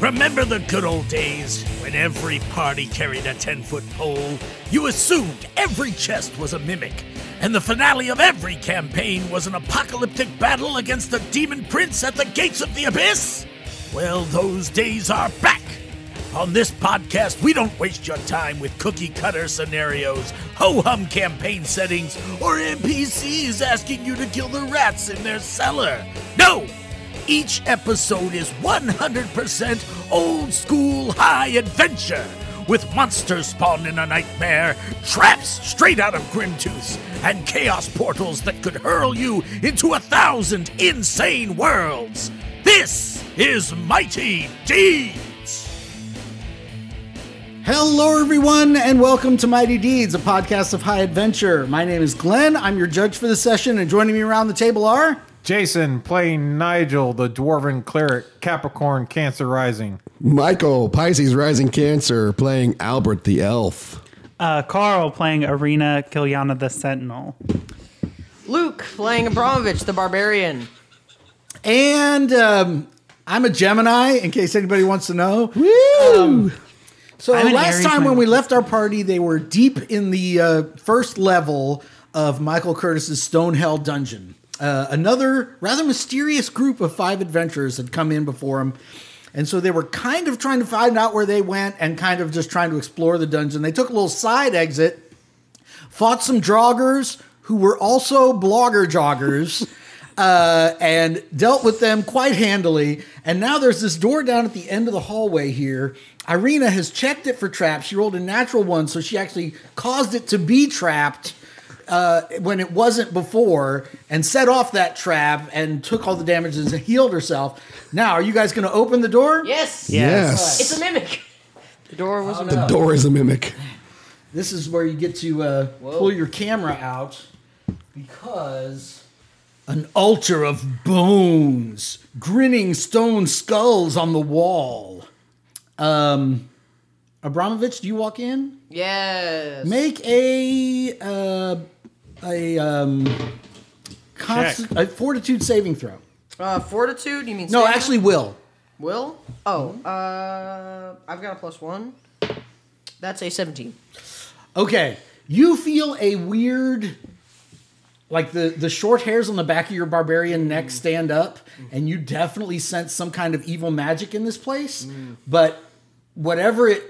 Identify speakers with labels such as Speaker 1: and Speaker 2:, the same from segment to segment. Speaker 1: Remember the good old days when every party carried a 10 foot pole? You assumed every chest was a mimic, and the finale of every campaign was an apocalyptic battle against the demon prince at the gates of the abyss? Well, those days are back. On this podcast, we don't waste your time with cookie cutter scenarios, ho hum campaign settings, or NPCs asking you to kill the rats in their cellar. No! Each episode is 100% old school high adventure, with monsters spawned in a nightmare, traps straight out of Grimtooth, and chaos portals that could hurl you into a thousand insane worlds. This is Mighty Deeds!
Speaker 2: Hello, everyone, and welcome to Mighty Deeds, a podcast of high adventure. My name is Glenn. I'm your judge for the session, and joining me around the table are
Speaker 3: Jason playing Nigel, the dwarven cleric, Capricorn, Cancer rising.
Speaker 4: Michael, Pisces Rising Cancer, playing Albert the Elf.
Speaker 5: Uh, Carl playing Arena Kilyana the Sentinel.
Speaker 6: Luke playing Abramovich, the barbarian.
Speaker 2: and um, I'm a Gemini. In case anybody wants to know, woo! so
Speaker 5: I'm an
Speaker 2: last
Speaker 5: Aries
Speaker 2: time when
Speaker 5: myself.
Speaker 2: we left our party, they were deep in the uh, first level of Michael Curtis's Stonehell Dungeon. Uh, another rather mysterious group of five adventurers had come in before him. And so they were kind of trying to find out where they went and kind of just trying to explore the dungeon. They took a little side exit fought some joggers who were also blogger joggers uh, and dealt with them quite handily. And now there's this door down at the end of the hallway here. Irina has checked it for traps. She rolled a natural one, so she actually caused it to be trapped uh, when it wasn't before and set off that trap and took all the damages and healed herself. Now, are you guys going to open the door?
Speaker 6: Yes.
Speaker 4: Yes.
Speaker 6: It's a mimic. The door was a mimic.
Speaker 4: The door is a mimic.
Speaker 2: This is where you get to uh, pull your camera out because an altar of bones, grinning stone skulls on the wall. Um, Abramovich, do you walk in?
Speaker 6: Yes.
Speaker 2: Make a uh, a um, consti-
Speaker 3: Check.
Speaker 2: a fortitude saving throw.
Speaker 6: Uh, fortitude, you mean
Speaker 2: No,
Speaker 6: stamina?
Speaker 2: actually, will.
Speaker 6: Will? Oh,
Speaker 5: Mm-hmm.
Speaker 6: uh, I've got a plus one. That's a 17.
Speaker 2: Okay, you feel a weird, like the the short hairs on the back of your barbarian neck stand up, and you definitely sense some kind of evil magic in this place. But whatever it,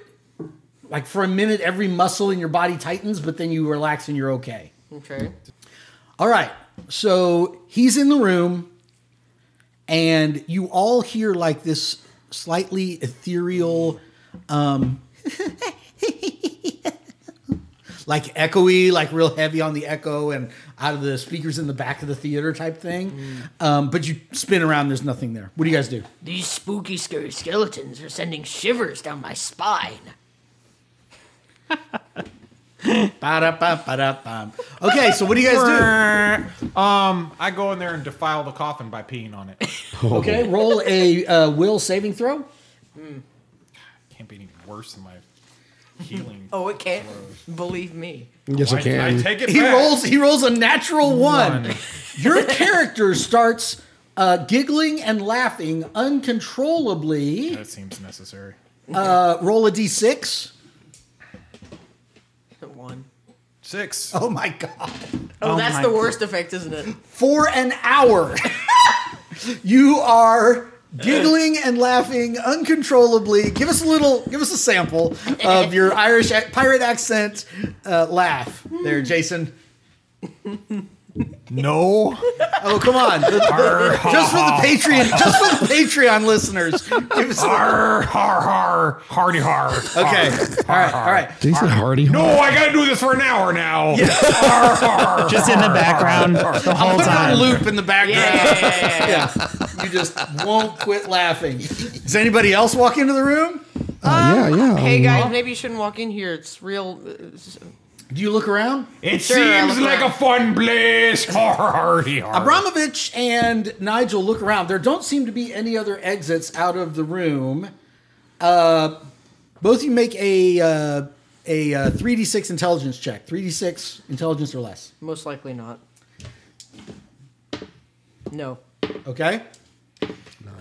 Speaker 2: like for a minute, every muscle in your body tightens, but then you relax and you're okay.
Speaker 6: Okay.
Speaker 2: All right. So he's in the room, and you all hear like this slightly ethereal, um, like echoey, like real heavy on the echo and out of the speakers in the back of the theater type thing. Um, but you spin around, there's nothing there. What do you guys do?
Speaker 7: These spooky, scary skeletons are sending shivers down my spine.
Speaker 2: Ba-da-ba-ba-da-bum. Okay, so what do you guys
Speaker 3: Um, I go in there and defile the coffin by peeing on it.
Speaker 2: do? Okay, roll a uh, will saving throw.
Speaker 3: Can't be any worse than my healing.
Speaker 6: Oh, it can't. Believe me.
Speaker 4: Oh, Yes, I
Speaker 3: I
Speaker 4: can.
Speaker 3: take it
Speaker 2: He
Speaker 3: back.
Speaker 2: rolls. He rolls a natural one.
Speaker 3: One.
Speaker 2: Your character starts uh, giggling and laughing uncontrollably.
Speaker 3: That seems necessary.
Speaker 2: Uh, roll a d6.
Speaker 6: One.
Speaker 3: Six.
Speaker 2: Oh my god!
Speaker 6: Oh,
Speaker 5: Oh
Speaker 6: that's
Speaker 5: my
Speaker 6: the worst effect, isn't it?
Speaker 2: For an hour, you are giggling and laughing uncontrollably. Give us a little. Give us a sample of your Irish ac- pirate accent uh, laugh, there, Jason.
Speaker 3: No.
Speaker 2: Oh come on! The- the- just for the Patreon, just for the Patreon listeners, give us. A,
Speaker 3: Har har hardy har.
Speaker 2: okay, all right, all right.
Speaker 4: Did he say Hardy?
Speaker 3: No, I gotta do this for an hour now. Har, har,
Speaker 5: Just in the background the whole
Speaker 2: Put it on
Speaker 5: time.
Speaker 2: loop in the background.
Speaker 6: Yeah.
Speaker 2: yeah. You just won't quit laughing. Does anybody else walk into the room?
Speaker 4: Oh, yeah, yeah.
Speaker 6: Hey, guys, maybe you shouldn't walk in here. It's real. uh, it's-
Speaker 2: Do you look around?
Speaker 3: It
Speaker 6: Sure, I
Speaker 3: seems
Speaker 6: look
Speaker 3: like
Speaker 6: around.
Speaker 3: a fun place. Har hardy har.
Speaker 2: Abramovich and Nigel look around. There don't seem to be any other exits out of the room. Uh, both you make a uh, a uh, 3d6 intelligence check. 3d6 intelligence or less.
Speaker 6: Most likely not. No.
Speaker 2: Okay?
Speaker 5: Uh,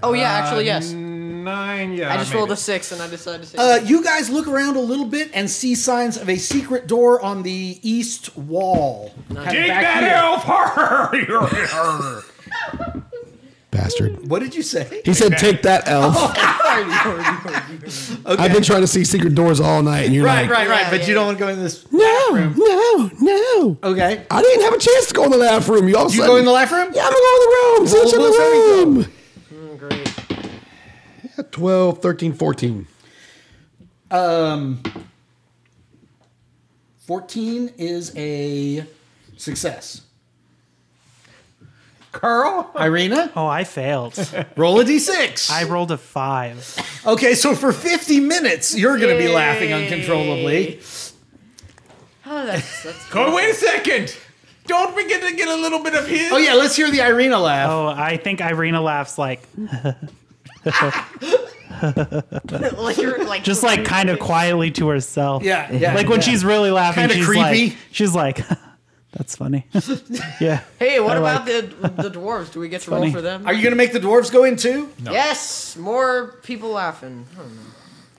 Speaker 6: Oh, yeah, actually, yes.
Speaker 3: nine. Yeah,
Speaker 6: I just
Speaker 3: made
Speaker 6: rolled
Speaker 3: it.
Speaker 6: a six and I decided to say.
Speaker 2: Uh, you guys look around a little bit and see signs of a secret door on the east wall. Kinda
Speaker 3: Dig
Speaker 2: back
Speaker 3: that
Speaker 2: here.
Speaker 3: elf! Arr!
Speaker 4: Bastard.
Speaker 2: What did you say?
Speaker 4: He said, "Take that, elf." I've been trying to see secret doors all night, and you're
Speaker 2: Right,
Speaker 4: like,
Speaker 2: right, right.
Speaker 6: Yeah,
Speaker 2: but
Speaker 6: yeah,
Speaker 2: you don't want to go in this.
Speaker 4: "No, no, no."
Speaker 2: Okay.
Speaker 4: I didn't have a chance to go in the laugh room. You all
Speaker 2: You
Speaker 4: said-
Speaker 2: go in the laugh room?
Speaker 4: Yeah, I'm gonna go in the room. Search in
Speaker 2: Well,
Speaker 4: the
Speaker 2: well,
Speaker 4: room.
Speaker 2: Mm,
Speaker 6: great.
Speaker 4: 12, 13, 14.
Speaker 2: 14 is a success.
Speaker 3: Carl?
Speaker 2: Irina,
Speaker 5: Oh, I failed.
Speaker 2: roll a d6.
Speaker 5: I rolled a five.
Speaker 2: okay, so for 50 minutes, you're going to be laughing uncontrollably.
Speaker 6: Oh, that's, that's
Speaker 3: Oh, wait a second! Don't forget to get a little bit of his.
Speaker 2: Oh, yeah, let's hear the Irina laugh.
Speaker 5: Oh, I think Irina laughs like
Speaker 6: like you're like
Speaker 5: just like kind of quietly to herself.
Speaker 2: Yeah, yeah.
Speaker 5: Like when
Speaker 2: yeah.
Speaker 5: she's really laughing,
Speaker 2: Kinda
Speaker 5: she's
Speaker 2: creepy.
Speaker 5: like she's like that's funny. yeah.
Speaker 6: Hey, what
Speaker 5: I
Speaker 6: about the the dwarves? Do we get to roll
Speaker 5: Funny.
Speaker 6: for them?
Speaker 2: Are you going to make the dwarves go in too?
Speaker 6: Yes, more people laughing. I don't know.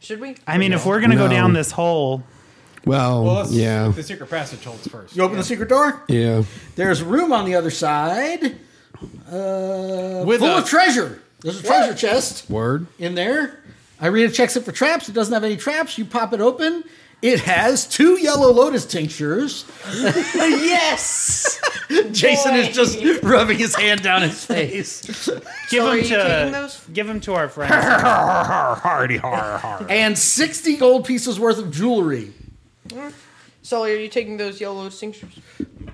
Speaker 6: Should we?
Speaker 5: I mean, if we're gonna
Speaker 4: No.
Speaker 5: go down this hole,
Speaker 4: Well,
Speaker 3: Well, let's-
Speaker 4: yeah,
Speaker 3: The secret passage holds first.
Speaker 2: You open the secret door?
Speaker 4: yeah.
Speaker 2: There's room on the other side. Uh,
Speaker 3: With
Speaker 2: full
Speaker 3: a-
Speaker 2: of treasure. There's a treasure chest.
Speaker 4: Word.
Speaker 2: in there. Irina checks it for traps. It doesn't have any traps. You pop it open. It has two yellow lotus tinctures.
Speaker 6: yes.
Speaker 2: Jason is
Speaker 6: Boy.
Speaker 2: just rubbing his hand down his face.
Speaker 5: give
Speaker 6: are
Speaker 5: them
Speaker 6: you taking
Speaker 5: to
Speaker 6: those?
Speaker 5: give them to our friends.
Speaker 3: Hardy, har, har.
Speaker 2: And 60 gold pieces worth of jewelry.
Speaker 6: Sully, are you taking those yellow tinctures?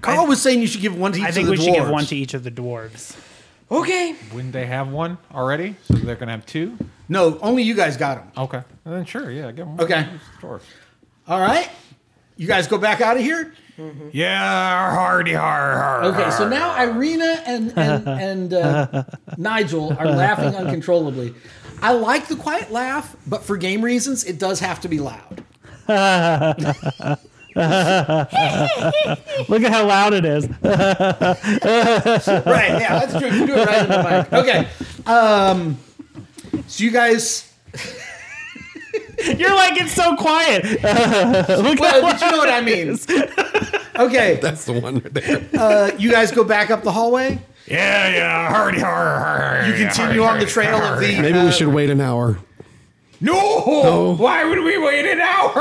Speaker 2: Carl was saying you should give one to each
Speaker 5: I think
Speaker 2: of the
Speaker 5: we should give
Speaker 2: dwarves.
Speaker 5: one to each of the dwarves.
Speaker 6: Okay.
Speaker 3: Wouldn't they have one already? So they're gonna have two.
Speaker 2: No, only you guys got them.
Speaker 3: Okay. Then sure, yeah, get one.
Speaker 2: Okay.
Speaker 3: Sure.
Speaker 2: All right. You guys go back out of here.
Speaker 3: Yeah, hardy, har, har.
Speaker 2: Okay, so now Irina and and, and uh, Nigel are laughing uncontrollably. I like the quiet laugh, but for game reasons, it does have to be loud.
Speaker 5: Look at how loud it is.
Speaker 2: right. Yeah, that's true. You can do it right in the mic. Okay. Um, so you guys,
Speaker 5: You're like it's so quiet. Look
Speaker 2: well,
Speaker 5: at
Speaker 2: but you know what I mean. Okay,
Speaker 4: That's the one right there.
Speaker 2: uh, you guys go back up the hallway.
Speaker 3: Yeah, yeah, hardy, har, har.
Speaker 2: You continue on the trail of the. uh,
Speaker 4: Maybe we should wait an hour.
Speaker 3: No!
Speaker 4: No.
Speaker 3: Why would we wait an hour?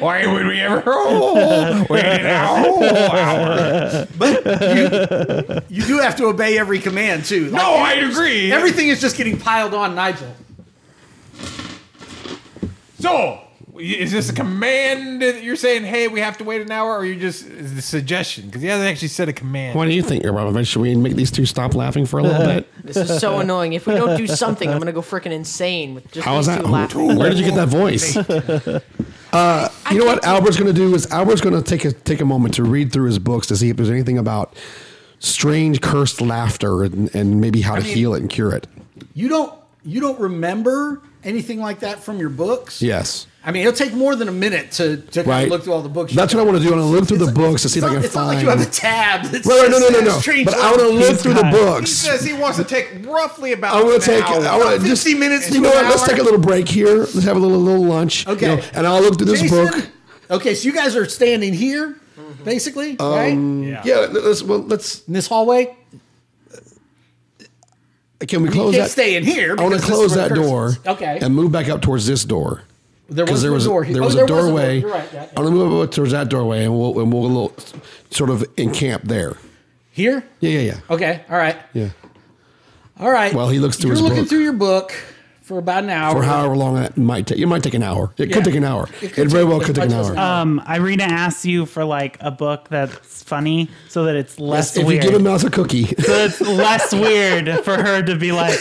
Speaker 3: Why would we ever wait an hour?
Speaker 2: You do have to obey every command too. Like,
Speaker 3: No, I agree.
Speaker 2: everything is just getting piled on Nigel.
Speaker 3: so, is this a command that you're saying, hey, we have to wait an hour, or you just is the suggestion? Because he hasn't actually said a command.
Speaker 4: What do you think, Robin? Should we make these two stop laughing for a little
Speaker 2: Uh-huh.
Speaker 4: bit?
Speaker 6: This is so annoying. If we don't do something, I'm gonna go freaking insane with just
Speaker 4: How is
Speaker 6: these
Speaker 4: that?
Speaker 6: two laughing.
Speaker 4: Where did you get that voice? Uh,
Speaker 2: Uh,
Speaker 4: you know what Albert's going to do is Albert's going to take a take a moment to read through his books to see if there's anything about strange cursed laughter and, and maybe how to heal it and cure it.
Speaker 2: You don't. You don't remember anything like that from your books.
Speaker 4: Yes,
Speaker 2: I mean, it'll take more than a minute to, to kind of
Speaker 4: right.
Speaker 2: look through all the books.
Speaker 4: That's
Speaker 2: you
Speaker 4: what I want to do. I want to look through the books to see
Speaker 2: It's
Speaker 4: if I
Speaker 2: not,
Speaker 4: can
Speaker 2: it's not
Speaker 4: find.
Speaker 2: like you have a tab. It's
Speaker 4: Right, right, no, no,
Speaker 2: just
Speaker 4: no,
Speaker 2: a
Speaker 4: no.
Speaker 2: strange
Speaker 4: But I want to
Speaker 2: look.
Speaker 4: look through the
Speaker 5: got-
Speaker 3: He
Speaker 4: books.
Speaker 3: says he wants to take roughly about.
Speaker 4: I want to
Speaker 3: an
Speaker 4: take.
Speaker 3: hour.
Speaker 4: I want to just
Speaker 2: 50 minutes
Speaker 4: You
Speaker 2: to
Speaker 4: know
Speaker 2: an
Speaker 4: what? Let's
Speaker 2: hour.
Speaker 4: take a little break here. Let's have a little little lunch. you
Speaker 2: Okay.
Speaker 4: know, and I'll look through this
Speaker 2: Jason?
Speaker 4: book.
Speaker 2: Okay, so you guys are standing here, basically,
Speaker 4: Um,
Speaker 2: right? In
Speaker 4: Yeah. let's. Well, let's.
Speaker 2: this hallway.
Speaker 4: Can we
Speaker 2: You
Speaker 4: close
Speaker 2: can't
Speaker 4: that?
Speaker 2: stay in here.
Speaker 4: I want to
Speaker 2: because this is
Speaker 4: close
Speaker 2: where
Speaker 4: that
Speaker 2: the curse
Speaker 4: door.
Speaker 2: is. Okay.
Speaker 4: And move back up towards this door.
Speaker 2: there
Speaker 4: Because there was
Speaker 2: a door. here.
Speaker 4: there
Speaker 2: Oh,
Speaker 4: was a
Speaker 2: door.
Speaker 4: doorway.
Speaker 2: You're right. yeah,
Speaker 4: I'm
Speaker 2: yeah.
Speaker 4: gonna move up towards that doorway, and we'll and we'll little, sort of encamp there.
Speaker 2: Here.
Speaker 4: Yeah, yeah, yeah.
Speaker 2: Okay. All right.
Speaker 4: Yeah.
Speaker 2: All right.
Speaker 4: Well, he looks through
Speaker 2: You're
Speaker 4: his
Speaker 2: looking
Speaker 4: book.
Speaker 2: through your book for about an hour.
Speaker 4: For however long that might take, it might take an hour. It
Speaker 2: Yeah.
Speaker 4: could take an hour.
Speaker 2: It
Speaker 4: It,
Speaker 2: could
Speaker 4: very
Speaker 2: take-
Speaker 4: well
Speaker 2: it
Speaker 4: could take
Speaker 2: might
Speaker 4: an
Speaker 2: take us
Speaker 4: hour.
Speaker 2: an hour.
Speaker 5: Um, Irina asks you for like a book that's funny so that it's less
Speaker 4: If you
Speaker 5: weird.
Speaker 4: give a mouse a cookie,
Speaker 5: so it's less weird for her to be like,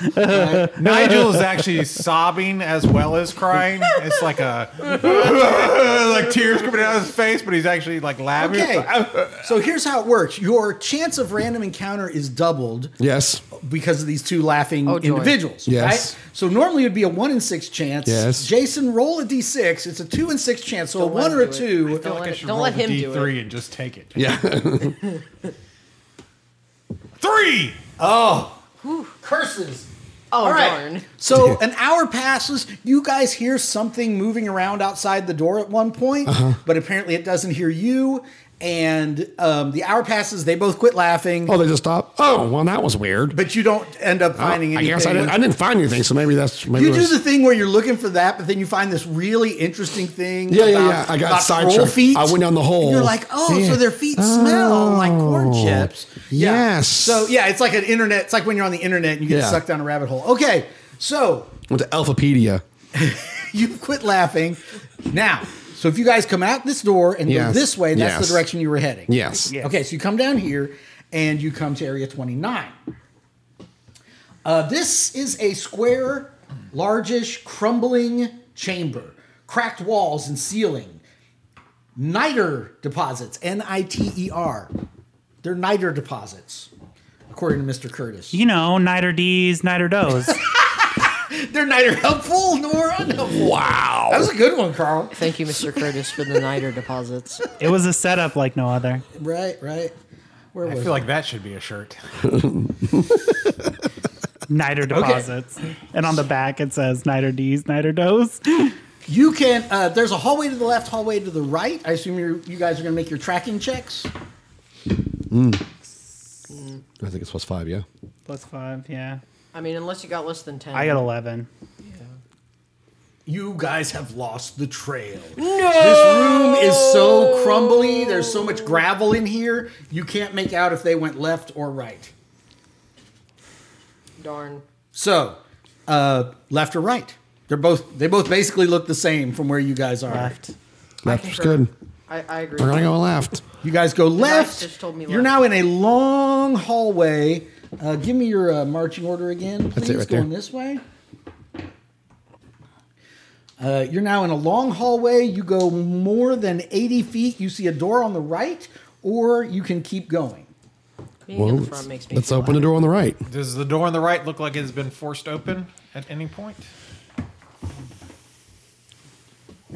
Speaker 3: Nigel is actually sobbing as well as crying. It's like a like tears coming out of his face, but he's actually like laughing.
Speaker 2: Okay. so here's how it works. Your chance of random encounter is doubled
Speaker 4: yes,
Speaker 2: because of these two laughing
Speaker 6: Oh, joy.
Speaker 2: individuals.
Speaker 4: Yes.
Speaker 2: Right? So normally it would be a one in six chance.
Speaker 4: Yes.
Speaker 2: Jason, roll a d6. It's a two in six chance. So a
Speaker 6: Don't let
Speaker 2: one
Speaker 6: him
Speaker 2: or a
Speaker 6: do it.
Speaker 2: two.
Speaker 6: Don't let,
Speaker 3: I
Speaker 6: it-
Speaker 3: should
Speaker 6: don't
Speaker 3: roll
Speaker 6: let
Speaker 3: the
Speaker 6: him do
Speaker 3: D3
Speaker 6: it.
Speaker 3: and just take it.
Speaker 4: yeah.
Speaker 3: Three.
Speaker 2: Curses.
Speaker 6: Oh,
Speaker 2: All right.
Speaker 6: darn.
Speaker 2: So an hour passes. You guys hear something moving around outside the door at one point,
Speaker 4: Uh-huh.
Speaker 2: but apparently it doesn't hear you. And um, the hour passes. They both quit laughing,
Speaker 4: Oh, they just stopped. Oh, well, that was weird.
Speaker 2: but you don't end up
Speaker 4: Oh,
Speaker 2: finding
Speaker 4: I
Speaker 2: anything.
Speaker 4: guess I didn't, I didn't find anything, so maybe that's maybe
Speaker 2: you
Speaker 4: it
Speaker 2: do
Speaker 4: was-
Speaker 2: the thing where you're looking for that, but then you find this really interesting thing.
Speaker 4: Yeah, yeah,
Speaker 2: about-
Speaker 4: yeah. I got
Speaker 2: about
Speaker 4: sidetracked.
Speaker 2: troll feet.
Speaker 4: I went down the
Speaker 2: And
Speaker 4: hole.
Speaker 2: you're like, oh,
Speaker 4: Yeah.
Speaker 2: so their feet smell like corn
Speaker 4: Oh,
Speaker 2: chips.
Speaker 4: yes.
Speaker 2: So yeah, it's like an internet. It's like when you're on the internet and you get
Speaker 4: Yeah.
Speaker 2: sucked down a rabbit hole. Okay, so
Speaker 4: went to Alphapedia.
Speaker 2: you quit laughing. Now, so if you guys come out this door and
Speaker 4: Yes.
Speaker 2: go this way, that's
Speaker 4: Yes.
Speaker 2: the direction you were heading.
Speaker 4: Yes.
Speaker 5: Yeah.
Speaker 2: Okay, so you come down here and you come to area 29. Uh, this is a square, largish, crumbling chamber, cracked walls and ceiling. Niter deposits, N I T E R. They're niter deposits, according to Mr. Curtis.
Speaker 5: You know, Niter D's, Niter Do's.
Speaker 2: They're neither helpful nor unhelpful. Wow. That was a good one, Carl.
Speaker 6: Thank you, Mr. Curtis, for the niter deposits.
Speaker 5: it was a setup like no other.
Speaker 2: Right, right. Where
Speaker 3: I
Speaker 2: was
Speaker 3: feel like that should be a shirt.
Speaker 5: Niter deposits. And on the back it says Niter D's, Niter Do's.
Speaker 2: You can. Uh, there's a hallway to the left, hallway to the right. I assume you you guys are going to make your tracking checks.
Speaker 4: I think it's plus five. Yeah.
Speaker 5: Plus five, yeah.
Speaker 6: I mean, unless you got less than 10.
Speaker 5: I got 11.
Speaker 2: You guys have lost the trail. No. This room is so crumbly. There's so much gravel in here. You can't make out if they went left or right.
Speaker 6: Darn.
Speaker 2: So, uh, left or right? They're both. They both basically look the same from where you guys are.
Speaker 5: Left.
Speaker 4: That's
Speaker 6: concur.
Speaker 4: good.
Speaker 6: I, I agree.
Speaker 4: We're gonna go left.
Speaker 2: You guys go left.
Speaker 6: just told me
Speaker 2: You're
Speaker 6: left.
Speaker 2: now in a long hallway. Uh, give me your uh, marching order again. Please,
Speaker 4: That's it right
Speaker 2: going
Speaker 4: there.
Speaker 2: this way. Uh, you're now in a long hallway. You go more than 80 feet. You see a door on the right, or you can keep going.
Speaker 6: Being
Speaker 4: Well,
Speaker 6: in the front makes
Speaker 4: let's,
Speaker 6: me
Speaker 4: let's
Speaker 6: feel
Speaker 4: open the door on the right.
Speaker 3: Does the door on the right look like it's been forced open at any point?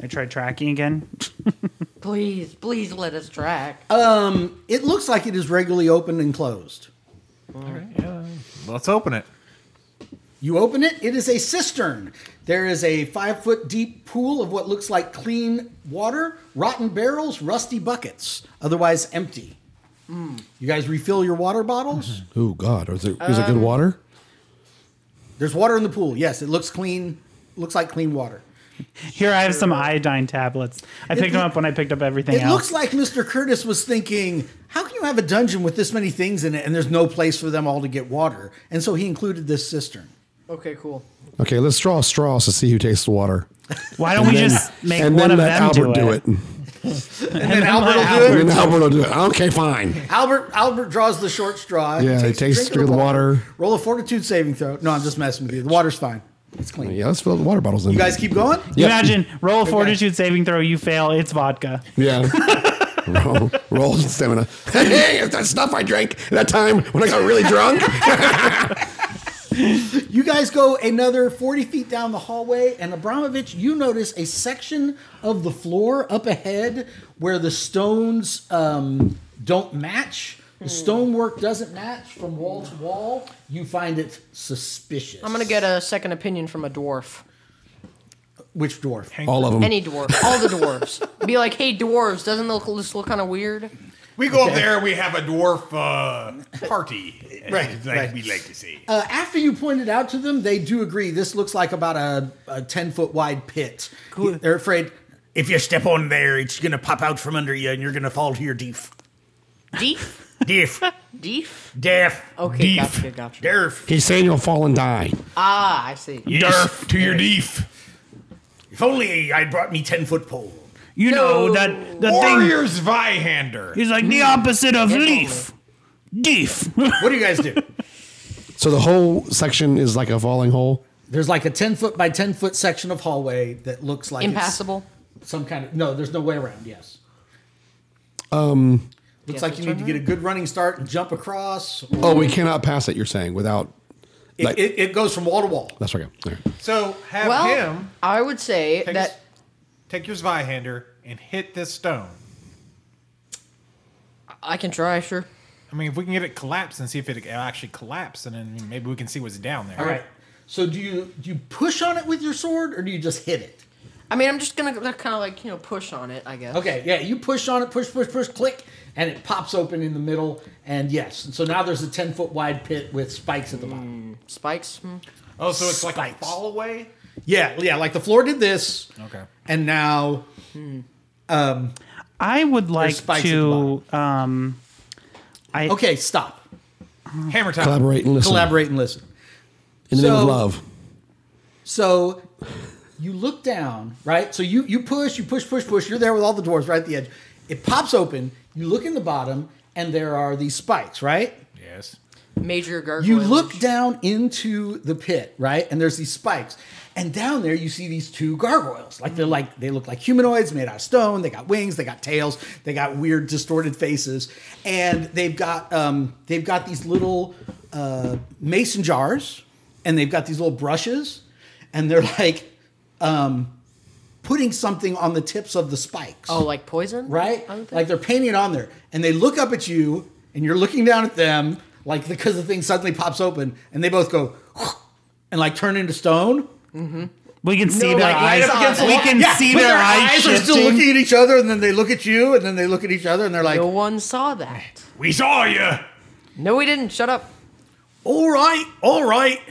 Speaker 5: I tried tracking again.
Speaker 6: bad. Please, please let us track.
Speaker 2: It looks like it is regularly open and closed.
Speaker 3: Yeah. Let's open it.
Speaker 2: You open it, it is a cistern. There is a five foot deep pool of what looks like clean water, rotten barrels, rusty buckets, otherwise empty. You guys refill your water bottles?
Speaker 4: Oh God, is there is
Speaker 5: Um,
Speaker 4: there good water?
Speaker 2: There's water in the pool. Yes, it looks clean. Looks like clean water.
Speaker 5: Here I have some iodine tablets. I picked them up when I picked up everything
Speaker 2: It
Speaker 5: else.
Speaker 2: looks like Mr. Curtis was thinking, how can you have a dungeon with this many things in it and there's no place for them all to get water? And so he included this cistern.
Speaker 6: okay, cool.
Speaker 4: Okay, let's draw straws to see who takes the water,
Speaker 5: Why don't we just make
Speaker 4: and
Speaker 5: one
Speaker 4: then
Speaker 5: of
Speaker 4: let
Speaker 5: them
Speaker 4: Albert
Speaker 5: do, it?
Speaker 4: And
Speaker 2: And, then Albert will do it.
Speaker 4: then Albert will do it. Okay, fine.
Speaker 2: Albert Albert draws the short straw.
Speaker 4: Yeah, he takes a drink of the water.
Speaker 2: Roll a fortitude saving throw. No, I'm just messing with you. The water's fine. It's clean.
Speaker 4: Yeah, let's fill the water bottles in.
Speaker 2: You guys keep going.
Speaker 4: Yeah.
Speaker 5: Imagine roll a fortitude saving throw, you fail, it's vodka.
Speaker 4: Yeah. roll, roll stamina. Hey, it's that stuff I drank that time when I got really drunk.
Speaker 2: You guys go another 40 feet down the hallway, and Abramovich, you notice a section of the floor up ahead where the stones um, don't match.
Speaker 6: Hmm.
Speaker 2: The stonework doesn't match from wall to wall. You find it suspicious.
Speaker 6: I'm going to get a second opinion from a dwarf.
Speaker 2: which dwarf?
Speaker 4: All of them.
Speaker 6: Any dwarf. All the dwarves. Be like, hey, dwarves, doesn't look, this look kind of weird?
Speaker 3: We go up there and we have a dwarf uh, party. right. Like we like to see.
Speaker 2: Uh, after you point it out to them, they do agree. This looks like about a, a 10 foot wide pit. They're afraid.
Speaker 1: If you step on there, it's gonna pop out from under you, and you're gonna fall to your deef,
Speaker 7: Deef?
Speaker 1: deef,
Speaker 7: Deef?
Speaker 1: deaf,
Speaker 6: Okay,
Speaker 1: deef,
Speaker 6: gotcha, gotcha.
Speaker 1: derf,
Speaker 4: He's saying you'll fall and die.
Speaker 6: Ah, I see.
Speaker 1: derf.
Speaker 3: to your deef.
Speaker 1: If only I brought me ten foot pole.
Speaker 5: You know that the thing
Speaker 3: Warriors Vihander.
Speaker 5: is
Speaker 2: Mm.
Speaker 5: like the opposite of
Speaker 6: Yeah,
Speaker 5: leaf. Deef.
Speaker 2: What do you guys do?
Speaker 4: So the whole section is like a falling hole.
Speaker 2: There's like a 10 foot by 10 foot section of hallway that looks like it's
Speaker 6: Impassable.
Speaker 2: some kind of. No, there's no way around, yes. Um, looks
Speaker 6: Yeah,
Speaker 2: like you
Speaker 6: turn
Speaker 2: need to get a good running start and jump across.
Speaker 4: Oh, we cannot pass it. You're saying without.
Speaker 2: It,
Speaker 4: Like-
Speaker 2: it, it goes from wall to wall.
Speaker 4: That's right. All right.
Speaker 3: So have
Speaker 6: Well,
Speaker 3: him
Speaker 6: I would say
Speaker 3: take,
Speaker 6: that.
Speaker 3: his, take your Zweihander and hit this stone.
Speaker 6: I can try, sure.
Speaker 3: I mean, if we can get it collapsed and see if it actually collapsed, and then maybe we can see what's down there.
Speaker 2: All right. So do you do you push on it with your sword or do you just hit it?
Speaker 6: I mean, I'm just gonna kind of like you know push on it. I guess.
Speaker 2: Okay, yeah, you push on it, push, push, push, click, and it pops open in the middle. And yes, so now there's a ten foot wide pit with spikes at the bottom.
Speaker 6: Spikes. Hmm.
Speaker 3: Oh, so it's like a
Speaker 2: Spikes.
Speaker 3: fall away.
Speaker 2: Yeah, yeah, like the floor did this,
Speaker 3: Okay.
Speaker 2: and now
Speaker 5: I would like
Speaker 2: spikes at the
Speaker 5: to. Um, I
Speaker 2: okay, stop,
Speaker 3: Hammer time.
Speaker 4: Collaborate and listen.
Speaker 2: collaborate and listen.
Speaker 4: in the name
Speaker 2: So-
Speaker 4: of love.
Speaker 2: So you look down, right? So you you push, you push, push, push. You're there with all the dwarves right at the edge. It pops open. You look in the bottom, and there are these spikes, right?
Speaker 3: Yes.
Speaker 6: Major gargoyle.
Speaker 2: You look down into the pit, right? And there's these spikes. And down there you see these two gargoyles. Like they're like they look like humanoids made out of stone. They got wings, they got tails, they got weird distorted faces. And they've got um they've got these little uh mason jars and they've got these little brushes and they're like um putting something on the tips of the spikes
Speaker 6: Oh, like poison.
Speaker 2: right?
Speaker 6: I would think.
Speaker 2: Like they're painting it on there, and they look up at you, and you're looking down at them, like because the thing suddenly pops open, and they both go and like turn into stone.
Speaker 5: we can see their
Speaker 2: like, right
Speaker 5: eyes.
Speaker 2: up against
Speaker 5: we
Speaker 2: the wall.
Speaker 5: can
Speaker 2: Yeah,
Speaker 5: see
Speaker 2: but
Speaker 5: their, eyes.
Speaker 2: are still
Speaker 5: shifting.
Speaker 2: looking at each other, and then they look at you, and then they look at each other, and they're like,
Speaker 6: no one saw that.
Speaker 1: We saw you.
Speaker 6: No, we didn't. Shut up.
Speaker 2: "All right, all right,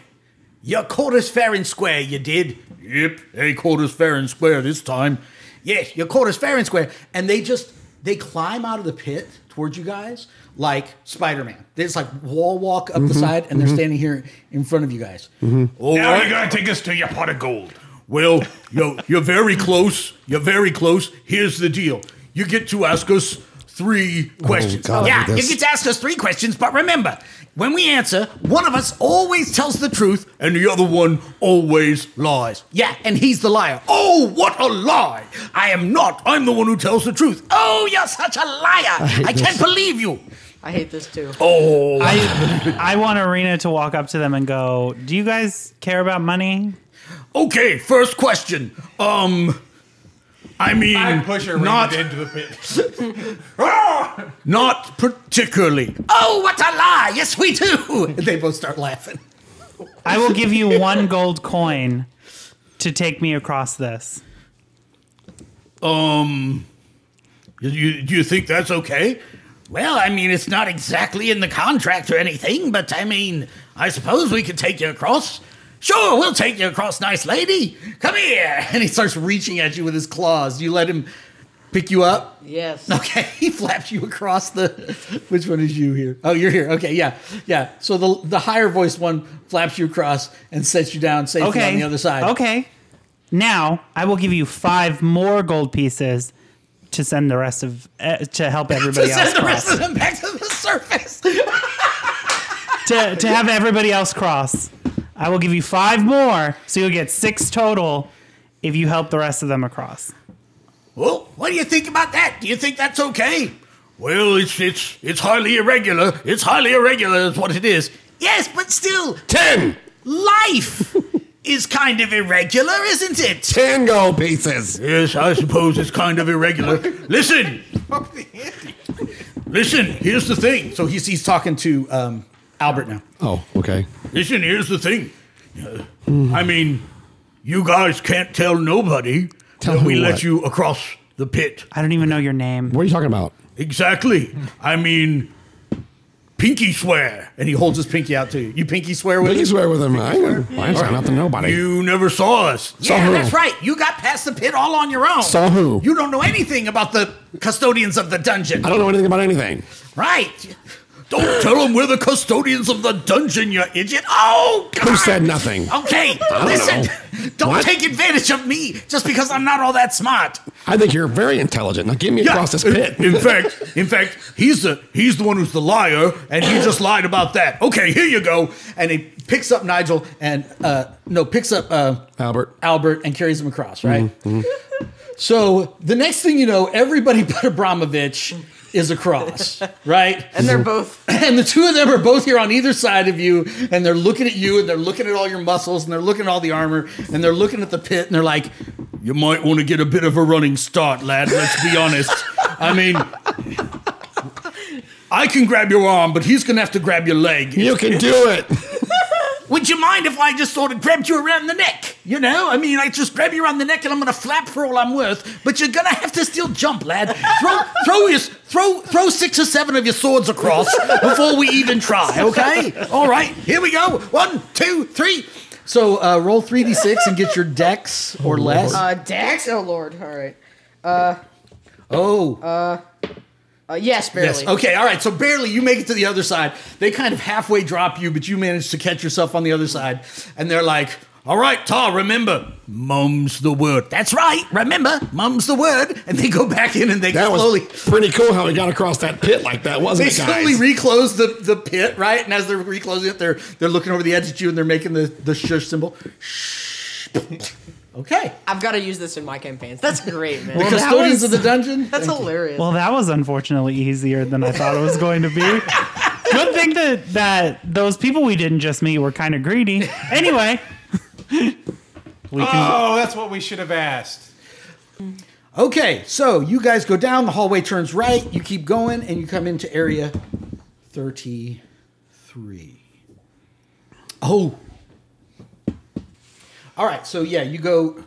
Speaker 2: you caught us fair and square. You did. Yep, they caught us fair and square this time. Yes, you caught us fair and square." And they just they climb out of the pit towards you guys like Spider-Man. They just like wall walk up the side, and they're standing here in front of you guys. All
Speaker 1: Now
Speaker 2: right.
Speaker 1: you're gonna take us to your pot of gold.
Speaker 2: Well, you're, you're very close. You're very close. Here's the deal. You get to ask us three
Speaker 4: questions. God,
Speaker 2: yeah,
Speaker 4: this-
Speaker 2: you get to ask us three questions, but remember, when we answer, one of us always tells the truth and the other one always lies. Yeah, and he's the liar. Oh, what a lie! I am not. I'm the one who tells the truth. Oh, you're such a liar. I,
Speaker 4: hate
Speaker 2: can't
Speaker 4: this.
Speaker 2: believe you.
Speaker 6: I hate this too.
Speaker 2: Oh,
Speaker 5: I, I want Arena to walk up to them and go, "Do you guys care about money?"
Speaker 2: okay, first question. Um, I mean,
Speaker 3: I push her
Speaker 2: not-
Speaker 3: not into the pit. Ah!
Speaker 2: Not particularly. Oh, what a lie! Yes, we do! they both start laughing.
Speaker 5: I will give you one gold coin to take me across this.
Speaker 2: Um, you- you, do you think that's okay? Well, I mean, it's not exactly in the contract or anything, but I mean, I suppose we could take you across. Sure, we'll take you across, nice lady. Come here! And he starts reaching at you with his claws. You let him pick you up?
Speaker 6: Yes.
Speaker 2: Okay, he flaps you across the. Which one is you here? Oh, you're here. Okay, yeah, yeah. So the the higher voiced one flaps you across and sets you down safely
Speaker 5: Okay.
Speaker 2: on the other side.
Speaker 5: Okay. Now I will give you five more gold pieces to send the rest of uh, to help
Speaker 2: To
Speaker 5: everybody else
Speaker 2: send the
Speaker 5: cross.
Speaker 2: rest of them back to the surface.
Speaker 5: to, to have everybody else cross. I will give you five more, so you'll get six total if you help the rest of them across.
Speaker 1: Well, what do you think about that? Do you think that's okay? Well, it's it's it's highly irregular. It's highly irregular is what it is. Yes, but still,
Speaker 4: Ten.
Speaker 1: life is kind of irregular, isn't it?
Speaker 4: Ten gold pieces.
Speaker 1: Yes, I suppose it's kind of irregular. Listen, listen. Here's the thing.
Speaker 2: so he's he's talking to um, Albert now.
Speaker 4: Oh, okay.
Speaker 1: Listen, here's the thing. Uh, I mean, you guys can't tell nobody
Speaker 4: Tell
Speaker 1: that
Speaker 4: who
Speaker 1: we let
Speaker 4: what?
Speaker 1: you across the pit.
Speaker 5: I don't even know your name.
Speaker 4: What are you talking about?
Speaker 1: Exactly. I mean, pinky swear.
Speaker 2: And he holds his pinky out to you. You pinky swear with
Speaker 4: Pinky
Speaker 2: him?
Speaker 4: swear with him. I ain't, I ain't saying nothing to nobody.
Speaker 1: You never saw us.
Speaker 4: Saw who?
Speaker 2: right. You got past the pit all on your own.
Speaker 4: Saw who?
Speaker 2: You don't know anything about the custodians of the dungeon.
Speaker 4: I don't know anything about anything.
Speaker 2: Right.
Speaker 1: Don't tell them we're the custodians of the dungeon, you idiot. Oh, God.
Speaker 4: Who said nothing?
Speaker 2: Okay,
Speaker 4: don't
Speaker 2: listen.
Speaker 4: know.
Speaker 2: Don't
Speaker 4: What?
Speaker 2: take advantage of me just because I'm not all that smart.
Speaker 4: I think you're very intelligent. Now get me across this pit.
Speaker 1: In fact, in fact, he's the he's the one who's the liar, and he just lied about that. Okay, here you go.
Speaker 2: And he picks up Nigel and uh, no, picks up uh,
Speaker 4: Albert.
Speaker 2: Albert and carries him across. Right. So the next thing you know, everybody but Abramovich is across. right.
Speaker 6: And they're both.
Speaker 2: And the two of them are both here on either side of you, and they're looking at you, and they're looking at all your muscles, and they're looking at all the armor, and they're looking at the pit, and they're like,
Speaker 1: You might want to get a bit of a running start, lad. Let's be honest. I mean, I can grab your arm, but he's gonna have to grab your leg.
Speaker 4: You can do it.
Speaker 1: Would you mind if I just sort of grabbed you around the neck? You know, I mean, I just grab you around the neck and I'm gonna flap for all I'm worth, but you're gonna have to still jump, lad. Throw, throw your, throw, throw six or seven of your swords across before we even try. Okay, all right, here we go. One, two, three.
Speaker 2: So uh, roll 3d6 and get your dex or less.
Speaker 6: Uh, Dax. Oh lord. All right.
Speaker 2: oh,
Speaker 6: Uh, yes, barely.
Speaker 2: Yes. Okay. All right. So barely you make it to the other side. They kind of halfway drop you, but you manage to catch yourself on the other side. And they're like,
Speaker 1: All right, Tar, remember, mum's the word. That's right, remember, mum's the word.
Speaker 2: and they go back in and they
Speaker 4: That was
Speaker 2: slowly,
Speaker 4: pretty cool how we got across that pit like that, wasn't
Speaker 2: they
Speaker 4: it,
Speaker 2: slowly
Speaker 4: guys?
Speaker 2: reclose the, the pit, right? And as they're reclosing it, they're they're looking over the edge at you and they're making the the shush symbol. Shh. Okay.
Speaker 6: I've got to use this in my campaigns. That's great, man.
Speaker 5: Well, that
Speaker 2: Custodians
Speaker 5: was-
Speaker 2: of the dungeon.
Speaker 6: That's hilarious.
Speaker 5: Well, that was unfortunately easier than I thought it was going to be. Good thing that, that those people we didn't just meet were kind of greedy. Anyway, we can.
Speaker 3: Oh, that's what we should have asked.
Speaker 2: Okay. So you guys go down. The hallway turns right. You keep going and you come into area thirty three. Oh. All right. So yeah, you go.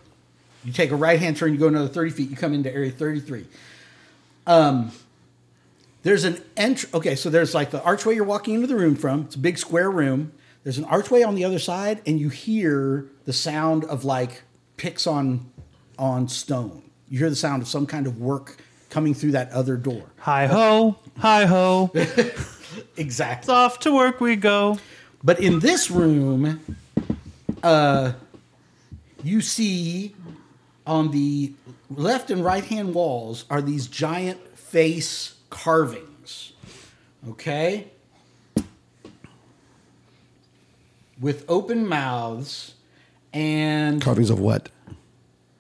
Speaker 2: You take a right hand turn. You go another thirty feet. You come into area thirty three. Um. There's an entry. Okay, so there's like the archway you're walking into the room from. It's a big square room. There's an archway on the other side, and you hear the sound of like picks on on stone. You hear the sound of some kind of work coming through that other door.
Speaker 5: Hi ho, hi ho.
Speaker 2: Exactly.
Speaker 5: Off to work we go.
Speaker 2: But in this room, uh, you see on the left and right hand walls are these giant face carvings. Okay? With open mouths and
Speaker 4: Carvings of what?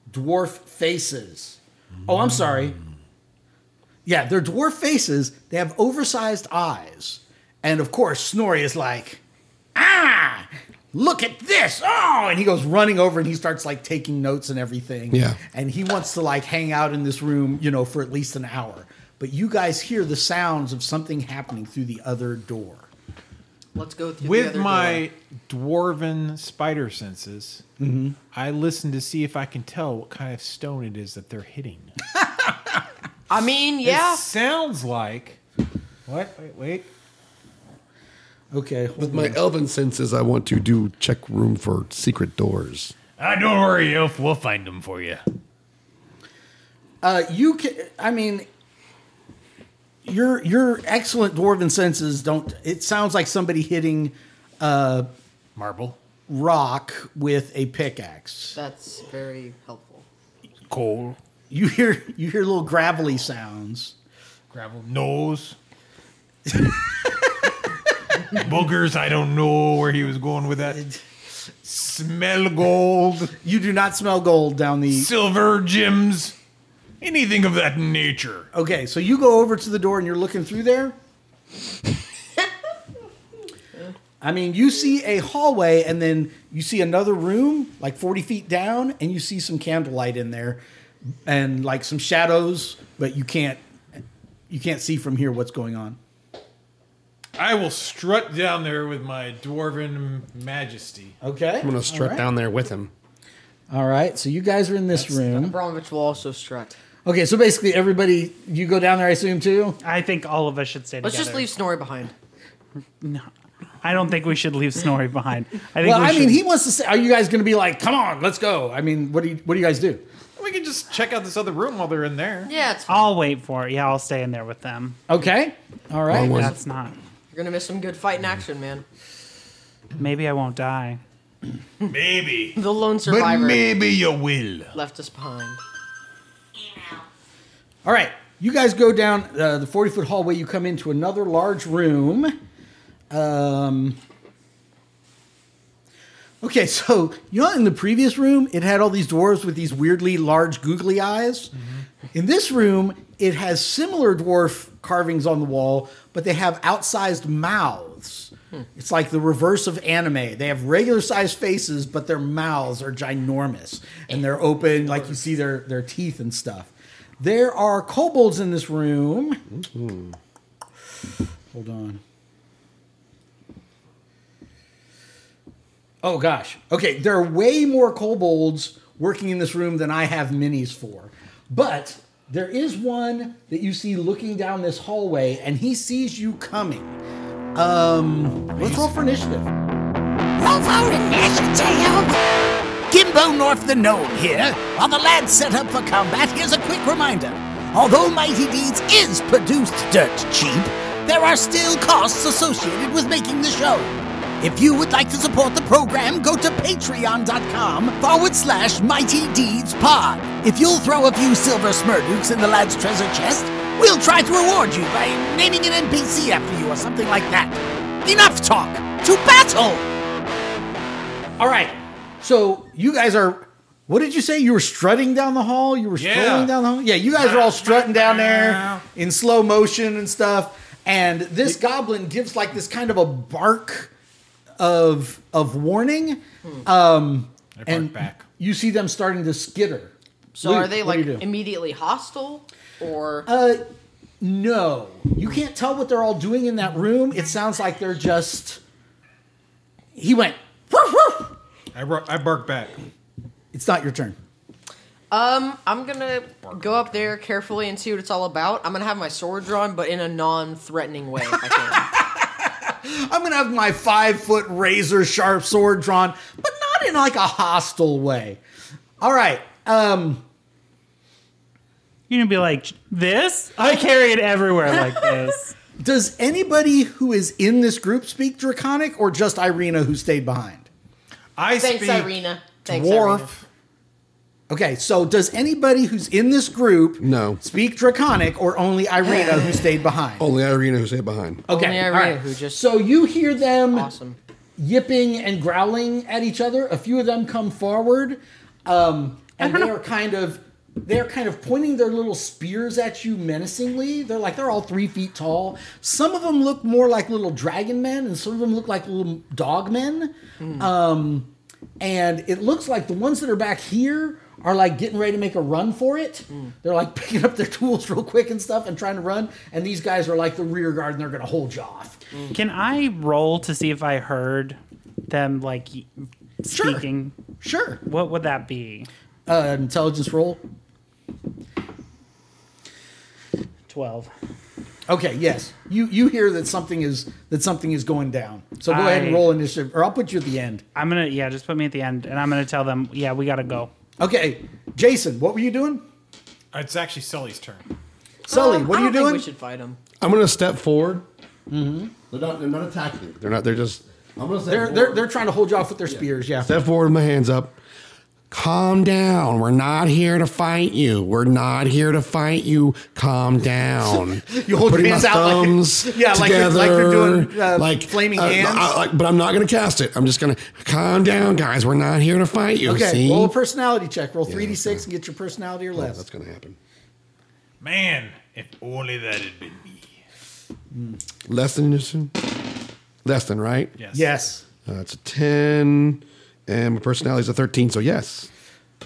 Speaker 2: dwarf faces. Oh, I'm sorry. Yeah, they're dwarf faces. They have oversized eyes. And of course, Snorri is like, ah, look at this. Oh, and he goes running over and he starts like taking notes and everything.
Speaker 4: Yeah.
Speaker 2: And he wants to like hang out in this room, you know, for at least an hour. But you guys hear the sounds of something happening through the other door.
Speaker 6: Let's go through the
Speaker 3: With
Speaker 6: other door.
Speaker 3: my dwarven spider senses,
Speaker 2: Mm-hmm.
Speaker 3: I listen to see if I can tell what kind of stone it is that they're hitting.
Speaker 6: I mean,
Speaker 3: It
Speaker 6: yeah.
Speaker 3: sounds like. What? Wait, wait.
Speaker 2: Okay.
Speaker 4: With my elven senses, I want to do check room for secret doors.
Speaker 8: Ah, don't worry, Elf. We'll find them for you.
Speaker 2: Uh, you can. I mean, your your excellent dwarven senses don't. It sounds like somebody hitting
Speaker 8: Marble,
Speaker 2: rock with a pickaxe.
Speaker 6: That's very helpful.
Speaker 8: coal,
Speaker 2: You hear you hear little gravelly sounds.
Speaker 8: gravel, nose, boogers. I don't know where he was going with that. Smell gold,
Speaker 2: You do not smell gold down the.
Speaker 8: silver, gems, anything of that nature.
Speaker 2: Okay, so you go over to the door and you're looking through there. I mean, you see a hallway and then you see another room like 40 feet down and you see some candlelight in there and like some shadows, but you can't you can't see from here what's going on.
Speaker 3: I will strut down there with my dwarven majesty.
Speaker 2: Okay.
Speaker 4: I'm going to strut down there with him.
Speaker 2: All right. So you guys are in this room.
Speaker 6: Bromovich will also strut.
Speaker 2: Okay, so basically everybody you go down there I assume too.
Speaker 5: I think all of us should stay
Speaker 6: Let's
Speaker 5: together.
Speaker 6: just leave Snorri behind.
Speaker 5: I don't think we should leave Snorri behind. I think
Speaker 2: Well,
Speaker 5: we
Speaker 2: I
Speaker 5: should.
Speaker 2: mean, he wants to say are you guys going to be like, "Come on, let's go." I mean, what do you what do you guys do?
Speaker 3: We can just check out this other room while they're in there.
Speaker 6: Yeah, it's fine.
Speaker 5: I'll wait for it. Yeah, I'll stay in there with them.
Speaker 2: Okay. All right.
Speaker 4: Wrong one.
Speaker 5: That's not.
Speaker 6: You're gonna miss some good fight in action, man.
Speaker 5: Maybe I won't die.
Speaker 8: Maybe,
Speaker 6: The lone
Speaker 8: but
Speaker 6: survivor
Speaker 8: maybe you will.
Speaker 6: left us behind.
Speaker 2: All right, you guys go down uh, the forty foot hallway. You come into another large room. Um, okay, so you know in the previous room it had all these dwarves with these weirdly large googly eyes.
Speaker 5: Mm-hmm.
Speaker 2: In this room, it has similar dwarf carvings on the wall, but they have outsized mouths. It's like the reverse of anime. They have regular sized faces, but their mouths are ginormous and they're open, like you see their, their teeth and stuff. There are kobolds in this room. Hold on. Oh gosh. Okay, there are way more kobolds working in this room than I have minis for. But there is one that you see looking down this hallway and he sees you coming. Um, let's roll for initiative.
Speaker 1: Roll for initiative! Gimbo North the Gnome here. While the lads set up for combat, here's a quick reminder. Although Mighty Deeds is produced dirt cheap, there are still costs associated with making the show. If you would like to support the program, go to patreon.com forward slash mighty deeds pod. If you'll throw a few silver smurdukes in the lad's treasure chest, we'll try to reward you by naming an NPC after you or something like that. Enough talk! To battle!
Speaker 2: All right. So you guys are. What did you say? You were strutting down the hall. You were
Speaker 8: Yeah.
Speaker 2: strolling down the hall. Yeah, you guys are all strutting down there in slow motion and stuff. And this goblin gives like this kind of a bark of of warning. Um, and
Speaker 8: back.
Speaker 2: you see them starting to skitter.
Speaker 6: So
Speaker 2: What do
Speaker 6: are
Speaker 2: you-
Speaker 6: they
Speaker 2: what do
Speaker 6: like
Speaker 2: you do?
Speaker 6: immediately hostile or
Speaker 2: Uh, no, you can't tell what they're all doing in that room. It sounds like they're just. He went. "Woof, woof."
Speaker 8: I, ru- I bark back.
Speaker 2: It's not your turn.
Speaker 6: Um, I'm gonna go up there carefully and see what it's all about. I'm gonna have my sword drawn, but in a non-threatening way. If I can.
Speaker 2: I'm gonna have my five foot razor sharp sword drawn, but not in like a hostile way. All right. Um,
Speaker 5: You're gonna be like this. I carry it everywhere like this.
Speaker 2: does anybody who is in this group speak Draconic or just Irina who stayed behind?
Speaker 8: I
Speaker 6: Thanks,
Speaker 8: speak
Speaker 6: Irina. Thanks, Irina.
Speaker 8: dwarf.
Speaker 2: Okay, so does anybody who's in this group
Speaker 4: No. Oh.
Speaker 2: speak Draconic or only Irina who stayed behind?
Speaker 4: Only Irina who's hit behind.
Speaker 2: Okay,
Speaker 6: Only Irina
Speaker 2: all right.
Speaker 6: who just-
Speaker 2: so you hear them
Speaker 6: Awesome.
Speaker 2: yipping and growling at each other. A few of them come forward, um, and they are kind of they're kind of pointing their little spears at you menacingly. They're like they're all three feet tall. Some of them look more like little dragon men, and some of them look like little dog men. Um, and it looks like the ones that are back here are like getting ready to make a run for it. They're like picking up their tools real quick and stuff and trying to run. And these guys are like the rear guard, and they're going to hold you off.
Speaker 5: Can I roll to see if I heard them like y-
Speaker 2: Sure.
Speaker 5: speaking?
Speaker 2: Sure.
Speaker 5: What would that be?
Speaker 2: Uh, intelligence roll.
Speaker 5: Twelve.
Speaker 2: Okay, yes. You you hear that something is that something is going down. So go ahead and
Speaker 5: I-
Speaker 2: roll initiative, or I'll put you at the end.
Speaker 5: I'm gonna yeah, just put me at the end, and I'm gonna tell them yeah, we gotta go.
Speaker 2: Okay, Jason, what were you doing?
Speaker 8: It's actually Sully's turn.
Speaker 2: Sully,
Speaker 6: Um,
Speaker 2: what
Speaker 6: I
Speaker 2: are you
Speaker 6: don't think
Speaker 2: doing?
Speaker 6: we should fight him.
Speaker 4: I'm gonna step forward. They're not. They're not attacking. They're not. They're just. Mm-hmm. I'm gonna step
Speaker 2: They're,
Speaker 4: forward.
Speaker 2: they're they're trying to hold you off with their spears. Yeah.
Speaker 4: step forward with my hands up. Calm down. We're not here to fight you. We're not here to fight you. Calm down.
Speaker 2: You hold your
Speaker 4: Putting
Speaker 2: hands
Speaker 4: my
Speaker 2: out like-
Speaker 4: thumbs
Speaker 2: yeah, like you're- like you're doing,
Speaker 4: together,
Speaker 2: uh, flaming hands.
Speaker 4: I- like- but I'm not gonna cast it. I'm just gonna calm down, guys. We're not here to fight you.
Speaker 2: Okay,
Speaker 4: See?
Speaker 2: roll a personality check. Roll three d six and get your personality or less.
Speaker 4: That's gonna happen.
Speaker 8: Man, if only that had been me.
Speaker 4: Mm. Less than this. one? Less than right.
Speaker 8: Yes.
Speaker 2: Yes.
Speaker 4: Uh, it's a ten, and my personality is a thirteen. So yes.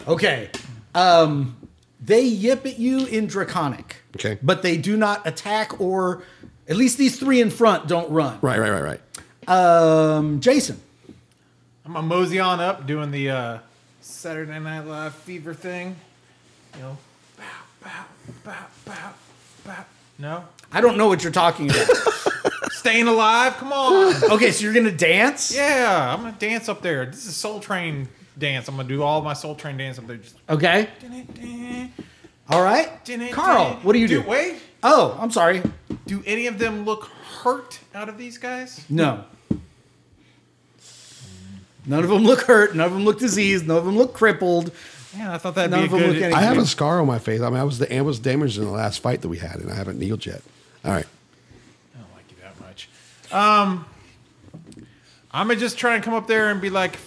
Speaker 2: Okay. Um, they yip at you in draconic.
Speaker 4: Okay.
Speaker 2: But they do not attack or at least these three in front don't run.
Speaker 4: Right. Right. Right. Right.
Speaker 2: Um, Jason.
Speaker 8: I'm gonna mosey on up doing the uh, Saturday Night Live fever thing. You know, bow, bow, bow, bow, bow. No,
Speaker 2: I don't know what you're talking about.
Speaker 8: staying alive. Come on.
Speaker 2: okay, so you're gonna dance?
Speaker 8: yeah, I'm gonna dance up there. This is Soul Train dance. I'm gonna do all my Soul Train dance up there. Just
Speaker 2: Okay. All right. Carl, what do you do?
Speaker 8: Wait,
Speaker 2: Oh, I'm sorry.
Speaker 8: do any of them look hurt out of these guys?
Speaker 2: No. None of them look hurt. None of them look diseased. None of them look crippled.
Speaker 8: Yeah, I thought that'd
Speaker 2: None
Speaker 8: be a
Speaker 2: of them
Speaker 8: good.
Speaker 2: look any-
Speaker 4: I have a scar on my face. I mean, I was the I was damaged in the last fight that we had, and I haven't healed yet. All right,
Speaker 8: I don't like you that much. Um, I'm gonna just try and come up there and be like,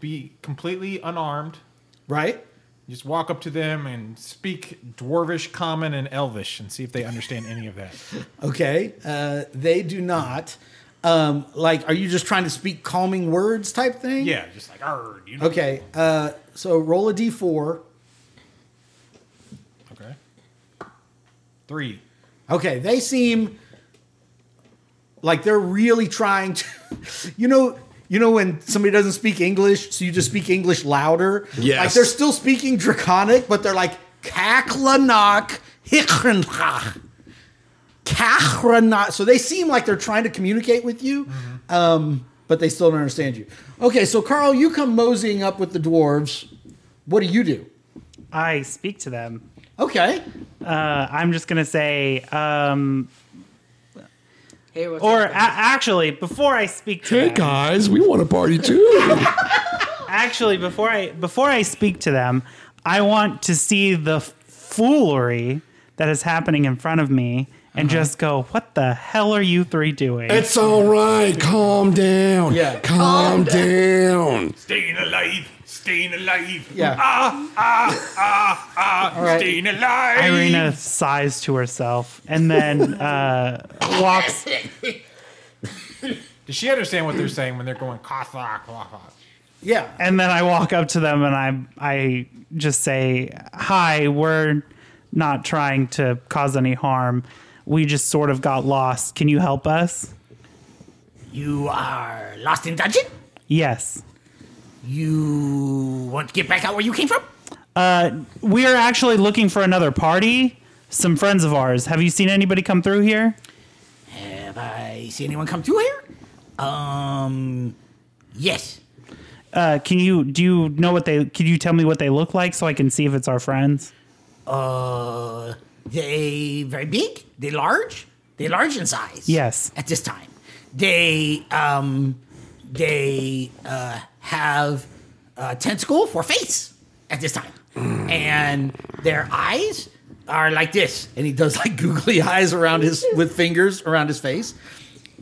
Speaker 8: be completely unarmed.
Speaker 2: Right?
Speaker 8: Just walk up to them and speak Dwarvish, Common, and Elvish, and see if they understand any of that.
Speaker 2: Okay. Uh, they do not. Um, like, are you just trying to speak calming words type thing?
Speaker 8: Yeah, just like "Arr," you know.
Speaker 2: Okay. Uh, so roll a d4.
Speaker 8: Okay. Three.
Speaker 2: Okay, they seem Like they're really trying to, you know, you know when somebody doesn't speak English, so you just speak English louder.
Speaker 4: Yes.
Speaker 2: like they're still speaking Draconic, but they're like Kaklanak Hichrenha. Kahranot. So they seem like they're trying to communicate with you,
Speaker 8: Mm-hmm.
Speaker 2: um, but they still don't understand you. Okay, so Carl, you come moseying up with the dwarves. What do you do?
Speaker 5: I speak to them.
Speaker 2: Okay.
Speaker 5: Uh, I'm just gonna say, um,
Speaker 6: Hey, what's
Speaker 5: or
Speaker 6: up,
Speaker 5: a- actually, before I speak to them,
Speaker 4: guys, we want to party too.
Speaker 5: actually before I before I speak to them, I want to see the foolery that is happening in front of me and just go, "What the hell are you three doing?"
Speaker 4: it's all right. Calm down.
Speaker 2: Yeah.
Speaker 4: Calm down.
Speaker 8: Staying alive, staying alive.
Speaker 2: Yeah.
Speaker 8: Ah, ah, ah, ah,
Speaker 2: right.
Speaker 8: staying alive.
Speaker 5: Irina sighs to herself and then uh, walks.
Speaker 3: Does she understand what they're saying when they're going Kathak? Kathak?
Speaker 2: Yeah.
Speaker 5: And then I walk up to them and I I just say, "Hi, we're not trying to cause any harm. We just sort of got lost. Can you help us?"
Speaker 1: You are lost in dungeon?
Speaker 5: Yes.
Speaker 1: You want to get back out where you came from?
Speaker 5: We are actually looking for another party. Some friends of ours. Have you seen anybody come through here?
Speaker 1: Have I seen anyone come through here? Um, yes.
Speaker 5: Uh, can you do you know what they? Can you tell me what they look like so I can see if it's our friends?
Speaker 1: Uh, they very big. They large. They large in size.
Speaker 5: Yes.
Speaker 1: At this time, they um, they uh, have a tentacle for face at this time, and their eyes are like this.
Speaker 2: and he does like googly eyes around his with fingers around his face.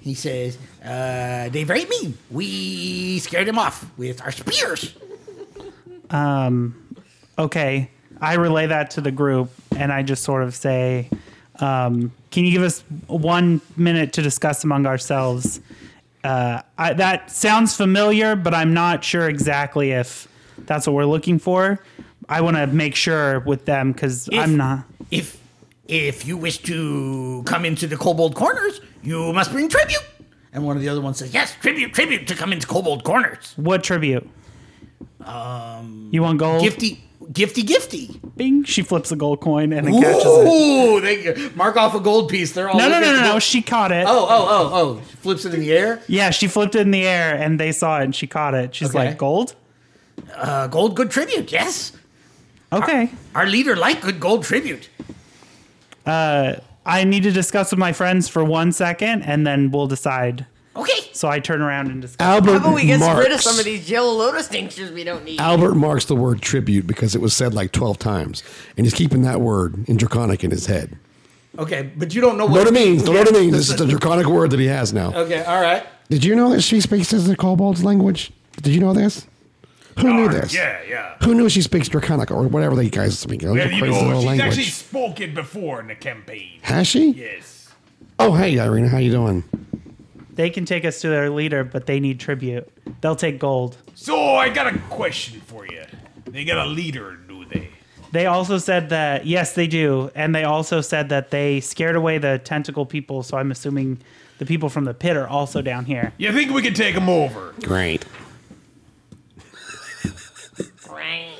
Speaker 1: He says, uh, "They very mean. We scared them off with our spears."
Speaker 5: Okay. I relay that to the group and I just sort of say, um, can you give us one minute to discuss among ourselves? Uh, I, that sounds familiar, but I'm not sure exactly if that's what we're looking for. I want to make sure with them because I'm not.
Speaker 1: If if you wish to come into the Kobold Corners, you must bring tribute.
Speaker 2: And one of the other ones says,
Speaker 1: Yes, tribute, tribute to come into Kobold Corners.
Speaker 5: What tribute? Um, you want gold?
Speaker 2: "Gifty, gifty, gifty."
Speaker 5: Bing. She flips a gold coin and then catches it.
Speaker 2: Ooh, they mark off a gold piece. They're all
Speaker 5: No, no,
Speaker 2: looking
Speaker 5: no,
Speaker 2: at
Speaker 5: no,
Speaker 2: the-
Speaker 5: no. She caught it.
Speaker 2: Oh, oh, oh, oh! She flips it in the air.
Speaker 5: Yeah, she flipped it in the air and they saw it and she caught it. She's
Speaker 2: Okay.
Speaker 5: like, gold?
Speaker 1: Uh, gold, good tribute. Yes,
Speaker 5: Okay.
Speaker 1: our leader liked good gold tribute.
Speaker 5: I need to discuss with my friends for one second, and then we'll decide.
Speaker 1: Okay,
Speaker 5: So I turn around and discuss.
Speaker 4: Albert
Speaker 6: How about we get
Speaker 4: marks.
Speaker 6: rid of some of these yellow lotus tinctures we don't need?
Speaker 4: Albert marks the word tribute because it was said like twelve times, and he's keeping that word in draconic in his head.
Speaker 2: Okay, but you don't know
Speaker 4: Know
Speaker 2: what.
Speaker 4: what it means? Know what it means? This is the draconic word that he has now.
Speaker 2: Okay, all right.
Speaker 4: Did you know that she speaks as the kobold's language? Did you know this? Who knew this?
Speaker 8: Yeah, yeah.
Speaker 4: Who knew she speaks draconic or whatever they guys speak? Those
Speaker 8: Well,
Speaker 4: are
Speaker 8: you
Speaker 4: crazy
Speaker 8: know,
Speaker 4: little
Speaker 8: she's
Speaker 4: language.
Speaker 8: actually spoken before in the campaign.
Speaker 4: Has she?
Speaker 8: Yes.
Speaker 4: Oh, hey, Irina, how you doing?
Speaker 5: They can take us to their leader, but they need tribute. They'll take gold.
Speaker 8: So I got a question for you. They got a leader, do they?
Speaker 5: They also said that yes, they do, and they also said that they scared away the tentacle people. So I'm assuming the people from the pit are also down here.
Speaker 8: You think we can take them over?
Speaker 4: Great.
Speaker 7: Great.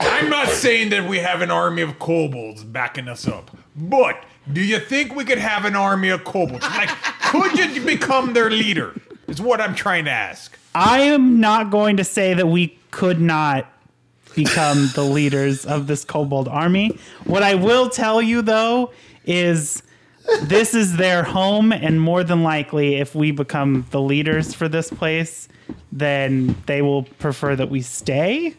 Speaker 8: I'm not saying that we have an army of kobolds backing us up, but do you think we could have an army of kobolds? Like, could you become their leader? Is what I'm trying to ask.
Speaker 5: I am not going to say that we could not become the leaders of this kobold army. What I will tell you though is this is their home and more than likely if we become the leaders for this place, then they will prefer that we stay.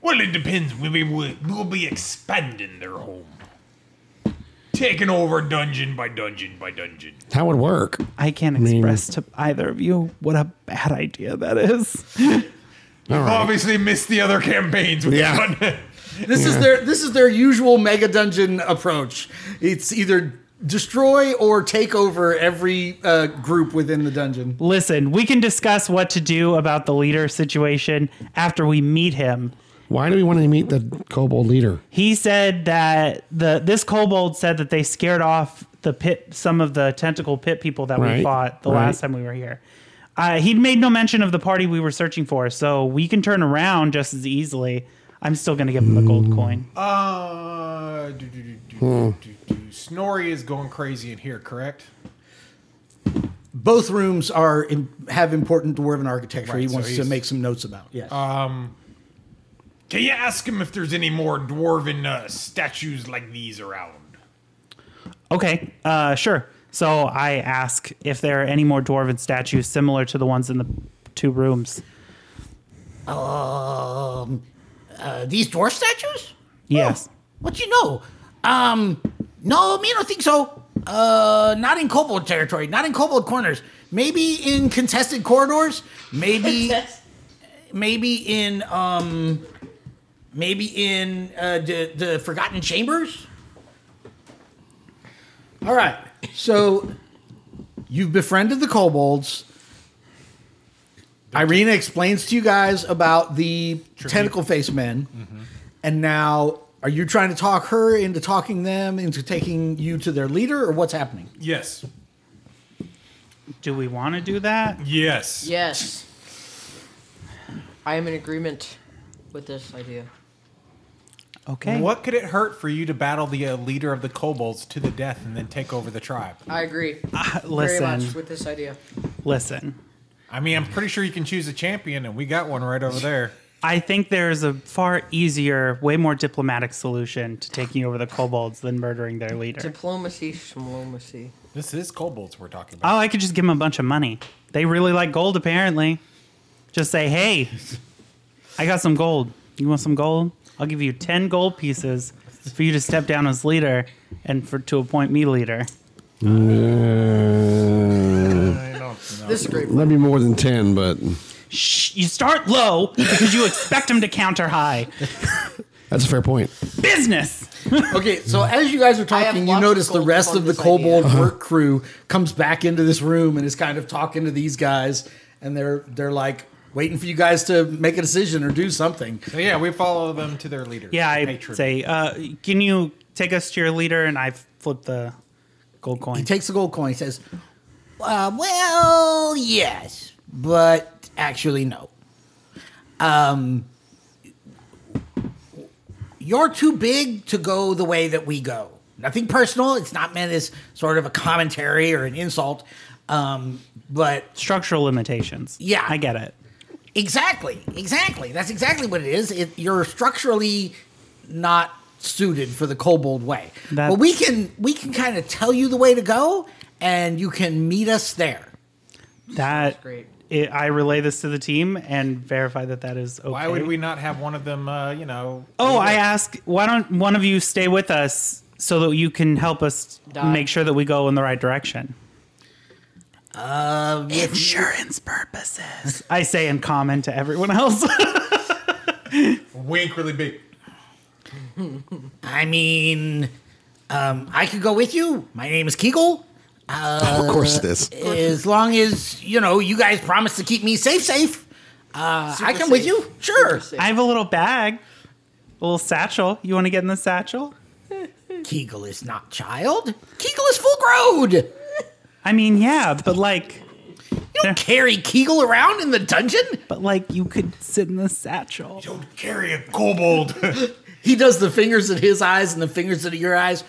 Speaker 8: Well, it depends. We we- we- we'll be expanding their home, taking over dungeon by dungeon by dungeon.
Speaker 4: How would work?
Speaker 5: I can't express to either of you what a bad idea that is.
Speaker 4: All right.
Speaker 8: Obviously, missed the other campaigns. We've
Speaker 4: Yeah.
Speaker 8: done.
Speaker 2: This is their this is their usual mega dungeon approach. It's either destroy or take over every uh, group within the dungeon.
Speaker 5: Listen, we can discuss what to do about the leader situation after we meet him.
Speaker 4: Why do we want to meet the kobold leader?
Speaker 5: he said that the this kobold said that they scared off the pit, some of the tentacle pit people that we
Speaker 4: Right,
Speaker 5: fought the
Speaker 4: right.
Speaker 5: last time we were here. Uh, he'd made no mention of the party we were searching for, so we can turn around just as easily. I'm still going to give him the
Speaker 4: Hmm.
Speaker 5: gold coin.
Speaker 9: Uh, do, do, do, do, do, do, do. Snorri is going crazy in here, correct?
Speaker 2: Both rooms are im have important dwarven architecture. he
Speaker 9: Right, so
Speaker 2: wants to
Speaker 9: he's-
Speaker 2: make some notes about. Yes.
Speaker 9: Can you ask him if there's any more dwarven uh, statues like these around?
Speaker 5: Okay, uh, sure. So I ask if there are any more dwarven statues similar to the ones in the two
Speaker 4: Oh.
Speaker 5: rooms.
Speaker 1: Um, uh, these dwarf statues?
Speaker 5: Yes.
Speaker 1: What you know? Um, no, me, I don't think so. Uh, not in kobold territory, not in kobold corners. Maybe in contested corridors. Maybe, maybe in um, maybe in uh, the the forgotten chambers.
Speaker 2: All right. So you've befriended the kobolds. Irina explains to you guys about the tentacle face men. And now are you trying to talk her into talking them into taking you to their leader or what's happening?
Speaker 9: Yes.
Speaker 5: Do we want to do that?
Speaker 9: Yes.
Speaker 6: Yes. I am in agreement with this idea.
Speaker 5: Okay.
Speaker 3: What could it hurt for you to battle the uh, leader of the kobolds to the death and then take over the tribe?
Speaker 6: I agree
Speaker 2: Ah,
Speaker 6: very much
Speaker 5: Listen.
Speaker 6: with this idea.
Speaker 5: Listen.
Speaker 3: I mean, I'm pretty sure you can choose a champion, and we got one right over there.
Speaker 5: I think there's a far easier, way more diplomatic solution to taking over the kobolds than murdering their leader.
Speaker 6: Diplomacy, diplomacy.
Speaker 3: This is kobolds we're talking about.
Speaker 5: Oh, I could just give them a bunch of money. They really like gold, apparently. Just say, hey, I got some gold. You want some gold? I'll give you 10 gold pieces for you to step down as leader and for to appoint me leader.
Speaker 4: Uh,
Speaker 6: This is a great.
Speaker 4: That'd be more than 10, but
Speaker 5: Shh, you start low because you expect them to counter high.
Speaker 4: that's a fair point.
Speaker 5: Business!
Speaker 2: Okay, so as you guys are
Speaker 6: have
Speaker 2: talking, you
Speaker 6: lots
Speaker 2: notice
Speaker 6: of
Speaker 2: the
Speaker 6: gold
Speaker 2: rest
Speaker 6: on
Speaker 2: of the
Speaker 6: this idea. Uh-huh.
Speaker 2: kobold work crew comes back into this room and is kind of talking to these guys and they're they're like waiting for you guys to make a decision or do something.
Speaker 3: So yeah, we follow them to their leader.
Speaker 5: Yeah, I
Speaker 3: Patron.
Speaker 5: say, uh, can you take us to your leader? And I flip the gold coin.
Speaker 2: He takes the gold coin, he says,
Speaker 1: Uh, well, yes, but actually, no. Um, you're too big to go the way that we go. Nothing personal. It's not meant as sort of a commentary or an insult. Um, but
Speaker 5: Structural limitations.
Speaker 1: Yeah.
Speaker 5: I get it.
Speaker 1: Exactly. Exactly. That's exactly what it is. It, you're structurally not suited for the kobold way.
Speaker 5: That's-
Speaker 1: But we can we can kind of tell you the way to go, and you can meet us there.
Speaker 5: That
Speaker 6: great.
Speaker 5: It, I relay this to the team and verify that that is okay.
Speaker 3: Why would we not have one of them? Uh, you know.
Speaker 5: Oh, I ask. Why don't one of you stay with us so that you can help us
Speaker 6: Die.
Speaker 5: make sure that we go in the right direction?
Speaker 1: Um, if you-
Speaker 5: Insurance purposes. I say in common to everyone else.
Speaker 9: Wink really big.
Speaker 1: I mean, um, I could go with you. My name is Kegel.
Speaker 4: of course it is.
Speaker 1: As long as you know, you guys promise to keep me safe, safe. Uh, I come with
Speaker 6: safe.
Speaker 1: you. Sure,
Speaker 5: I have a little bag, a little satchel. You want to get in the satchel?
Speaker 1: Kegel is not child. Kegel is full grown. You
Speaker 5: I mean, yeah, but like,
Speaker 1: don't carry Kegel around in the dungeon.
Speaker 5: but like, you could sit in the satchel.
Speaker 9: Don't carry a kobold.
Speaker 1: He does the fingers at his eyes and the fingers at your eyes.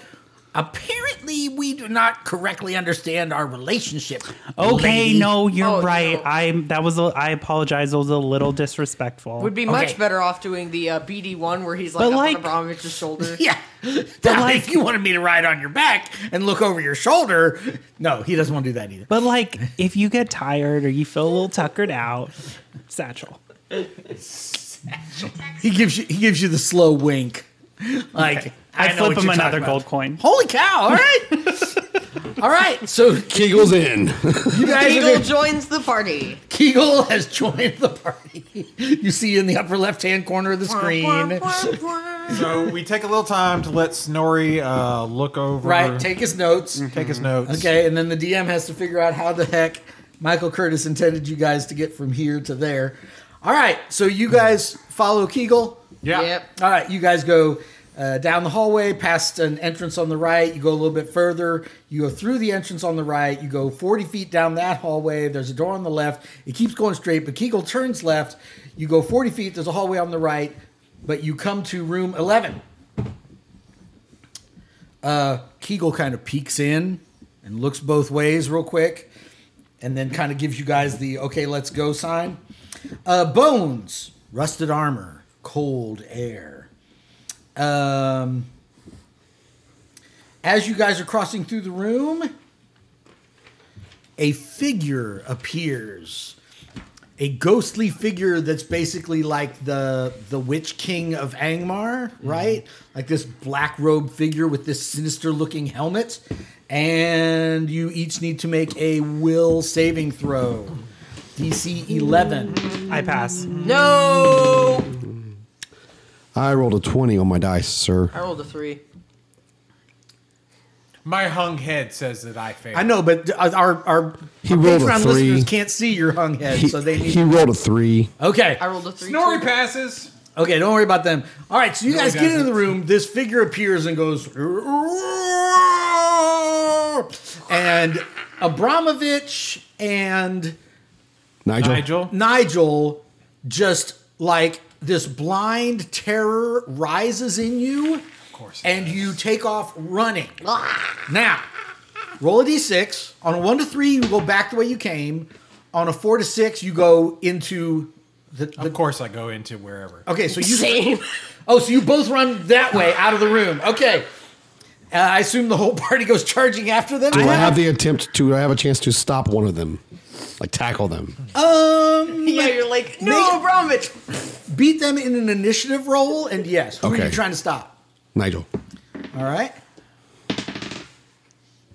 Speaker 1: Apparently, we do not correctly understand our relationship.
Speaker 5: Okay,
Speaker 1: lady.
Speaker 5: no, you're
Speaker 6: Oh,
Speaker 5: right.
Speaker 6: no.
Speaker 5: I that was a, I apologize. It was a little disrespectful.
Speaker 6: Would be much
Speaker 1: Okay.
Speaker 6: better off doing the uh, BD one where he's like
Speaker 5: But
Speaker 6: up
Speaker 5: like-
Speaker 6: on Abramovich's shoulder.
Speaker 1: Yeah. Now,
Speaker 5: like-
Speaker 1: if you wanted me to ride on your back and look over your shoulder,
Speaker 2: No, he doesn't want to do that either.
Speaker 5: But like, if you get tired or you feel a little tuckered out, satchel.
Speaker 2: He gives you he gives you the slow wink.
Speaker 1: like I,
Speaker 5: I,
Speaker 1: know what
Speaker 5: flip him
Speaker 1: you're talking
Speaker 5: another
Speaker 1: about.
Speaker 5: gold coin.
Speaker 1: Holy cow! All right, all right.
Speaker 2: So
Speaker 4: Kegel's in.
Speaker 2: you guys are
Speaker 6: Eagle
Speaker 2: gonna-
Speaker 6: joins the party.
Speaker 2: Kegel has joined the party. You see in the upper left hand corner of the screen.
Speaker 3: So we take a little time to let Snorri uh, look over.
Speaker 2: Right, take his notes.
Speaker 3: take his
Speaker 5: Mm-hmm.
Speaker 3: notes.
Speaker 2: Okay, and then the DM has to figure out how the heck Michael Curtis intended you guys to get from here to there. All right, so you guys follow Kegel.
Speaker 3: Yeah.
Speaker 6: Yep.
Speaker 2: All right, you guys go. Uh, down the hallway, past an entrance on the right, you go a little bit further. You go through the entrance on the right. You go 40 feet down that hallway. There's a door on the left. It keeps going straight, but Kegel turns left. You go 40 feet. There's a hallway on the right, but you come to room 11. Uh, Kegel kind of peeks in and looks both ways real quick, and then kind of gives you guys the okay, let's go sign. Uh, bones, rusted armor, cold air. Um, as you guys are crossing through the room, a figure appears. A ghostly figure that's basically like the the Witch King of Angmar,
Speaker 4: Mm-hmm.
Speaker 2: right? Like this black robe figure with this sinister looking helmet. And you each need to make a will saving throw. DC 11.
Speaker 4: Mm-hmm.
Speaker 5: I pass.
Speaker 6: No!
Speaker 4: I rolled a 20 on my dice, sir.
Speaker 6: I rolled a three.
Speaker 8: My hung head says that I failed.
Speaker 2: I know, but our our
Speaker 4: He rolled a
Speaker 2: Patreon
Speaker 4: three.
Speaker 2: listeners can't see your hung head,
Speaker 4: He,
Speaker 2: so they need.
Speaker 4: he rolled a three.
Speaker 2: okay,
Speaker 6: I rolled a three.
Speaker 8: Snorri
Speaker 6: too.
Speaker 8: passes.
Speaker 2: okay, don't worry about them. All right, so you guys
Speaker 8: he
Speaker 2: get into
Speaker 8: doesn't.
Speaker 2: the room. This figure appears and goes, and Abramovich and
Speaker 4: Nigel.
Speaker 8: Nigel.
Speaker 2: Nigel, just like this blind terror rises in you, of
Speaker 8: course it
Speaker 2: and you take off running. Now, roll a d6. On a one to three, you go back the way you came. On a four to six, you go into the.
Speaker 8: Of
Speaker 2: the
Speaker 8: course, I go into wherever.
Speaker 2: okay, so you
Speaker 7: Same.
Speaker 2: Oh, so you both run that way out of the room. Okay. Uh, I assume the whole party goes charging after them.
Speaker 4: Do I have the attempt to? Do I have a chance to stop one of them, like tackle them?
Speaker 2: um,
Speaker 6: Yeah, you're like, no,
Speaker 2: Nate-
Speaker 6: Abramovich!
Speaker 2: beat them in an initiative roll, and yes, who are you
Speaker 4: Okay.
Speaker 2: trying to stop?
Speaker 4: Nigel.
Speaker 2: All right.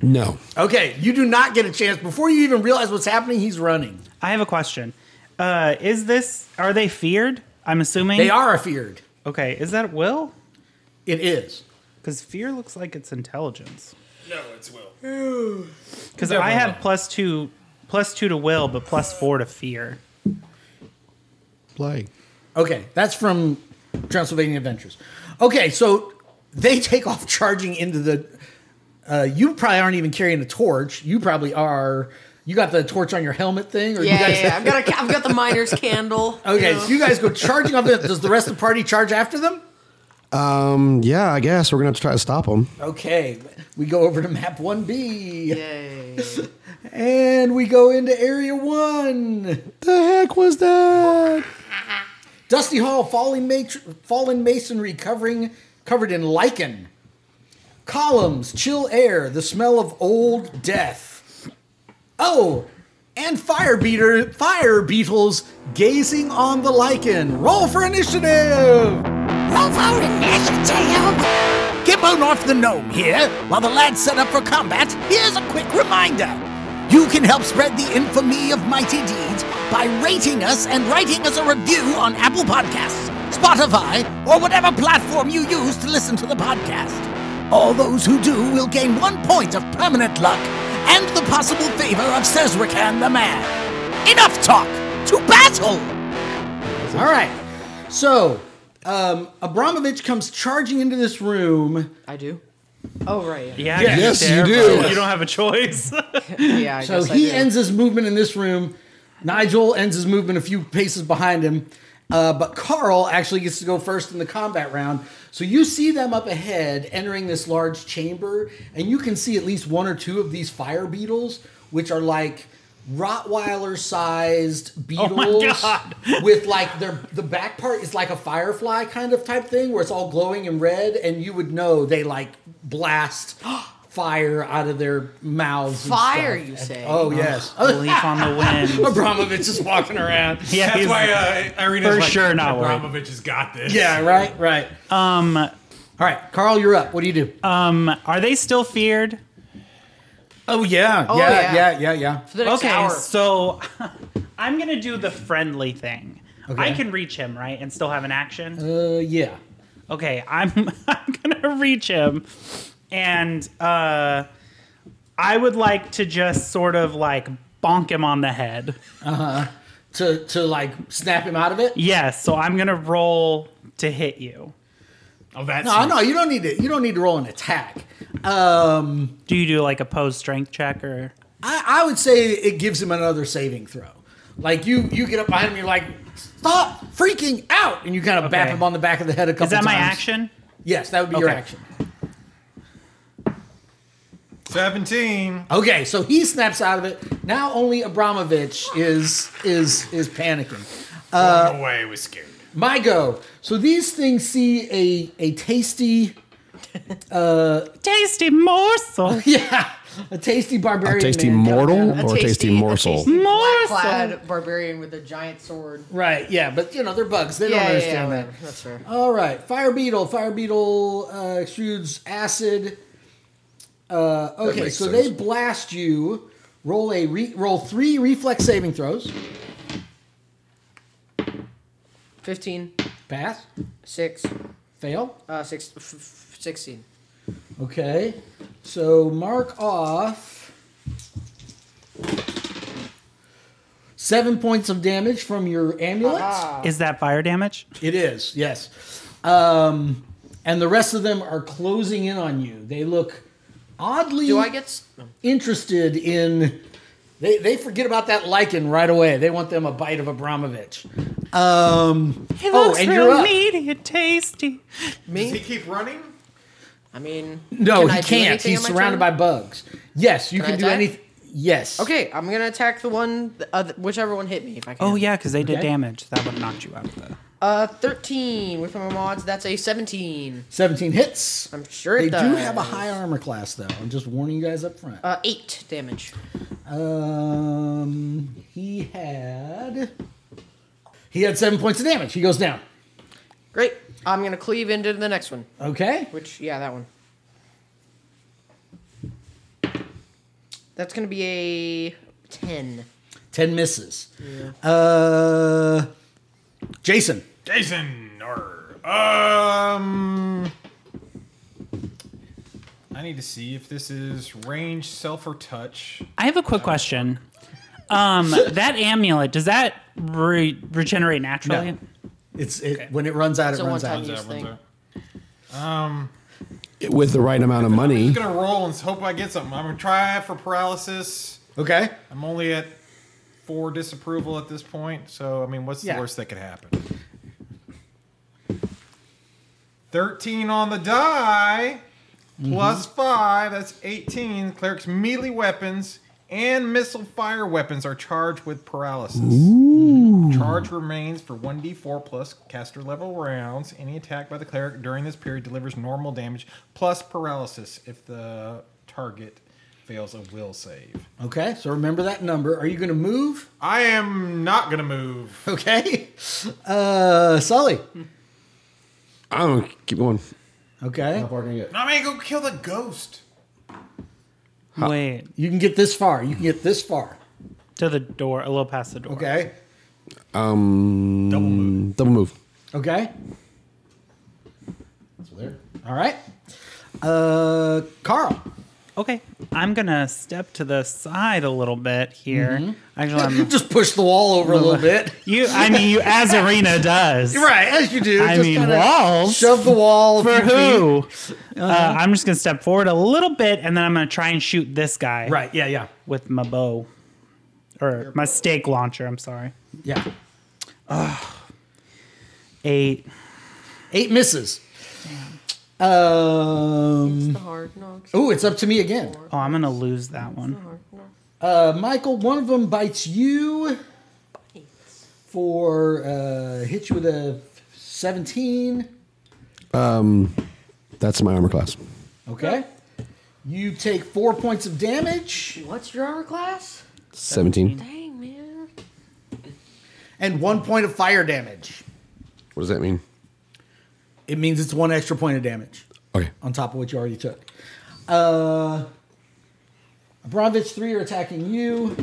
Speaker 4: No.
Speaker 2: Okay, you do not get a chance. Before you even realize what's happening, he's running.
Speaker 5: I have a question. Uh, is this? Are they feared? I'm assuming
Speaker 2: They are feared.
Speaker 5: Okay, is that will?
Speaker 2: It is.
Speaker 5: Because fear looks like it's intelligence.
Speaker 8: No, it's Will.
Speaker 5: Because I have plus two, plus two to will, but plus four to fear.
Speaker 4: Play.
Speaker 2: Okay, that's from Transylvania Adventures. Okay, so they take off charging into the. Uh, you probably aren't even carrying a torch. You probably are. You got the torch on your helmet thing, or you
Speaker 6: Yeah,
Speaker 2: guys
Speaker 6: yeah, yeah. I've got a, ca- I've got the miner's candle.
Speaker 2: Okay,
Speaker 6: you know.
Speaker 2: so you guys go charging up. Does the rest of the party charge after them?
Speaker 4: Um. Yeah. I guess we're gonna have to try to stop them.
Speaker 2: Okay, we go over to map 1B
Speaker 6: Yay.
Speaker 2: and we go into area 1.
Speaker 4: The heck was that?
Speaker 2: Dusty Hall, falling, matri- fallen masonry covering, covered in lichen. Columns, chill air, the smell of old death. Oh, and fire beater, fire beetles gazing on the lichen. Roll for initiative.
Speaker 7: Roll for initiative.
Speaker 1: Gimbo North the Gnome here. While the lads set up for combat, here's a quick reminder. You can help spread the infamy of mighty deeds by rating us and writing us a review on Apple Podcasts, Spotify, or whatever platform you use to listen to the podcast. All those who do will gain one point of permanent luck and the possible favor of Cesrican the Man. Enough talk! To battle!
Speaker 2: All right. So, um, Abramovich comes charging into this room.
Speaker 6: I do. Oh, right. Yeah,
Speaker 5: Yeah.
Speaker 4: Yes,
Speaker 5: you're
Speaker 4: you
Speaker 5: there,
Speaker 4: do.
Speaker 5: but You don't have a choice.
Speaker 6: yeah I
Speaker 2: So
Speaker 6: guess I
Speaker 2: he
Speaker 6: do.
Speaker 2: ends his movement in this room. Nigel ends his movement a few paces behind him. Uh, but Carl actually gets to go first in the combat round. So you see them up ahead entering this large chamber, and you can see at least one or two of these fire beetles, which are like Rottweiler sized
Speaker 6: Oh
Speaker 2: beetles
Speaker 5: my God.
Speaker 2: with like their the back part is like a firefly kind of type thing where it's all glowing in red and you would know they like blast fire out of their mouths and
Speaker 6: Fire,
Speaker 2: stuff.
Speaker 6: you say?
Speaker 2: oh yes
Speaker 5: Leaf on the wind.
Speaker 2: Uh, abramovich is walking around
Speaker 5: Yeah,
Speaker 8: That's
Speaker 5: he's-
Speaker 8: why uh, Irina's
Speaker 5: For
Speaker 8: like,
Speaker 5: sure not worried.
Speaker 8: Abramovich has got this.
Speaker 2: yeah right right all
Speaker 5: Um,
Speaker 2: right carl you're up what do you do
Speaker 5: are they still feared?
Speaker 2: oh yeah
Speaker 6: Oh,
Speaker 2: yeah
Speaker 6: yeah.
Speaker 2: yeah yeah yeah
Speaker 6: For the next
Speaker 5: okay,
Speaker 6: hour.
Speaker 5: so I'm gonna do the friendly thing. I
Speaker 2: Okay.
Speaker 5: can reach him, right, and still have an action.
Speaker 2: uh, yeah
Speaker 5: okay i'm i'm gonna reach him and uh i would like to just sort of like bonk him on the head
Speaker 2: to to like snap him out of it
Speaker 5: yes so i'm gonna roll to hit you
Speaker 3: Oh, that's
Speaker 2: No, no, you don't need to. You don't need to roll an attack. Um,
Speaker 5: Do you do like a pose strength check or?
Speaker 2: I, I would say it gives him another saving throw. Like you, you get up behind him, you're like, "Stop freaking out!" and you kind of bap
Speaker 5: Okay.
Speaker 2: him on the back of the head a couple.
Speaker 5: Is that
Speaker 2: times.
Speaker 5: my action?
Speaker 2: Yes, that would be your
Speaker 5: Okay.
Speaker 2: action.
Speaker 3: seventeen.
Speaker 2: Okay, so he snaps out of it. Now only Abramovich is is is panicking.
Speaker 3: no way, I was scared.
Speaker 2: My go. So these things see a a tasty
Speaker 5: Tasty morsel.
Speaker 2: yeah a tasty barbarian
Speaker 4: A tasty
Speaker 2: man.
Speaker 4: mortal
Speaker 6: A
Speaker 4: or a tasty morsel?
Speaker 6: tasty
Speaker 5: Morsel.
Speaker 6: black-clad barbarian with a giant sword.
Speaker 2: right yeah but you know they're bugs they don't
Speaker 6: Yeah, yeah,
Speaker 2: understand
Speaker 6: yeah,
Speaker 2: that
Speaker 6: whatever. That's fair.
Speaker 2: All right, fire beetle. Fire beetle uh, extrudes acid. Uh, okay,
Speaker 4: makes
Speaker 2: so
Speaker 4: sense.
Speaker 2: they blast you. Roll a re- roll three reflex saving throws.
Speaker 6: Fifteen,
Speaker 2: Pass.
Speaker 6: six,
Speaker 2: Fail.
Speaker 6: uh, six, f- f- sixteen.
Speaker 2: Okay, so mark off seven points of damage from your amulet.
Speaker 5: Is that fire damage?
Speaker 2: It is, yes. Um, and the rest of them are closing in on you. They look oddly.
Speaker 6: Do I get? s- no.
Speaker 2: interested in they, they forget about that lichen right away. They want them a bite of Abramovich. Um,
Speaker 5: It
Speaker 2: Oh,
Speaker 5: looks
Speaker 2: and
Speaker 5: real
Speaker 2: you're up.
Speaker 5: meaty and tasty.
Speaker 3: Does he keep running?
Speaker 6: I mean,
Speaker 2: no,
Speaker 6: can I
Speaker 2: he
Speaker 6: do
Speaker 2: can't.
Speaker 6: anything
Speaker 2: He's
Speaker 6: on my
Speaker 2: surrounded by
Speaker 6: turn?
Speaker 2: bugs. Yes, you can,
Speaker 6: Can I
Speaker 2: do
Speaker 6: attack?
Speaker 2: anything. Yes.
Speaker 6: Okay, I'm gonna attack the one, uh, whichever one hit me if I can.
Speaker 5: Oh yeah, because they did
Speaker 2: Okay.
Speaker 5: damage. That would have knocked you out. Though.
Speaker 6: Uh, thirteen with my mods. That's a seventeen.
Speaker 2: 17 hits.
Speaker 6: I'm sure it
Speaker 2: They do
Speaker 6: does.
Speaker 2: have a high armor class, though. I'm just warning you guys up front.
Speaker 6: Uh, eight damage.
Speaker 2: Um, he had. He had seven points of damage. He goes down.
Speaker 6: Great. I'm gonna cleave into the next one.
Speaker 2: Okay.
Speaker 6: Which, yeah, that one. That's gonna be a ten.
Speaker 2: 10 misses. Uh, Jason.
Speaker 3: Jason or um. I need to see if this is range, self, or touch.
Speaker 5: I have a quick question. Um, that amulet does that re- regenerate naturally?
Speaker 2: No. It's it, when it runs out,
Speaker 6: It's
Speaker 2: it
Speaker 6: a
Speaker 2: runs
Speaker 6: one-time
Speaker 2: out.
Speaker 6: use.
Speaker 3: That
Speaker 6: Just
Speaker 3: one's
Speaker 6: think.
Speaker 3: out. Um,
Speaker 4: With the right amount of
Speaker 3: I'm
Speaker 4: money.
Speaker 3: gonna roll and hope I get something. I'm gonna try for paralysis.
Speaker 2: Okay.
Speaker 3: I'm only at four disapproval at this point, so I mean, what's
Speaker 2: Yeah.
Speaker 3: the worst that could happen? Thirteen on the die, plus five. That's eighteen. Cleric's melee weapons and missile fire weapons are charged with paralysis. Charge remains for 1d4 plus caster level rounds. Any attack by the cleric during this period delivers normal damage plus paralysis if the target fails a will save.
Speaker 2: Okay. So remember that number. Are you going to move?
Speaker 3: I am not gonna move.
Speaker 2: Okay. Uh, Sully.
Speaker 4: I don't keep going.
Speaker 2: Okay.
Speaker 3: I mean, go kill the ghost.
Speaker 5: Wait,
Speaker 2: You can get this far. You can get this far.
Speaker 5: to the door, a little past the door.
Speaker 2: Okay.
Speaker 4: Um, double move. Double move.
Speaker 2: Okay. All right. Uh, Carl.
Speaker 5: Okay, I'm gonna step to the side a little bit here.
Speaker 2: Mm-hmm.
Speaker 5: Actually, I'm,
Speaker 2: Just push the wall over a little bit.
Speaker 5: you. I mean, you as arena does.
Speaker 2: Right, as you do.
Speaker 5: I
Speaker 2: just
Speaker 5: mean,
Speaker 2: kinda
Speaker 5: walls.
Speaker 2: Shove the wall a
Speaker 5: For
Speaker 2: few feet.
Speaker 5: who?
Speaker 2: Uh-huh.
Speaker 5: Uh, I'm just gonna step forward a little bit, and then I'm gonna try and shoot this guy.
Speaker 2: Right. Yeah. Yeah.
Speaker 5: with my bow or my stake launcher. I'm sorry.
Speaker 2: Yeah.
Speaker 5: Eight.
Speaker 2: Eight misses. Um.
Speaker 6: The hard knocks.
Speaker 2: Oh, it's up to me again.
Speaker 5: Oh, I'm gonna lose that one.
Speaker 2: Uh, Michael, one of them bites you for uh, hit you with a 17.
Speaker 4: That's my armor class.
Speaker 2: Okay. You take four points of damage
Speaker 6: What's your armor class?
Speaker 4: 17.
Speaker 6: Dang man.
Speaker 2: and one point of fire damage.
Speaker 4: What does that mean?
Speaker 2: It means it's one extra point of damage
Speaker 4: Okay.
Speaker 2: on top of what you already took. Uh, Abramovich 3 are attacking you.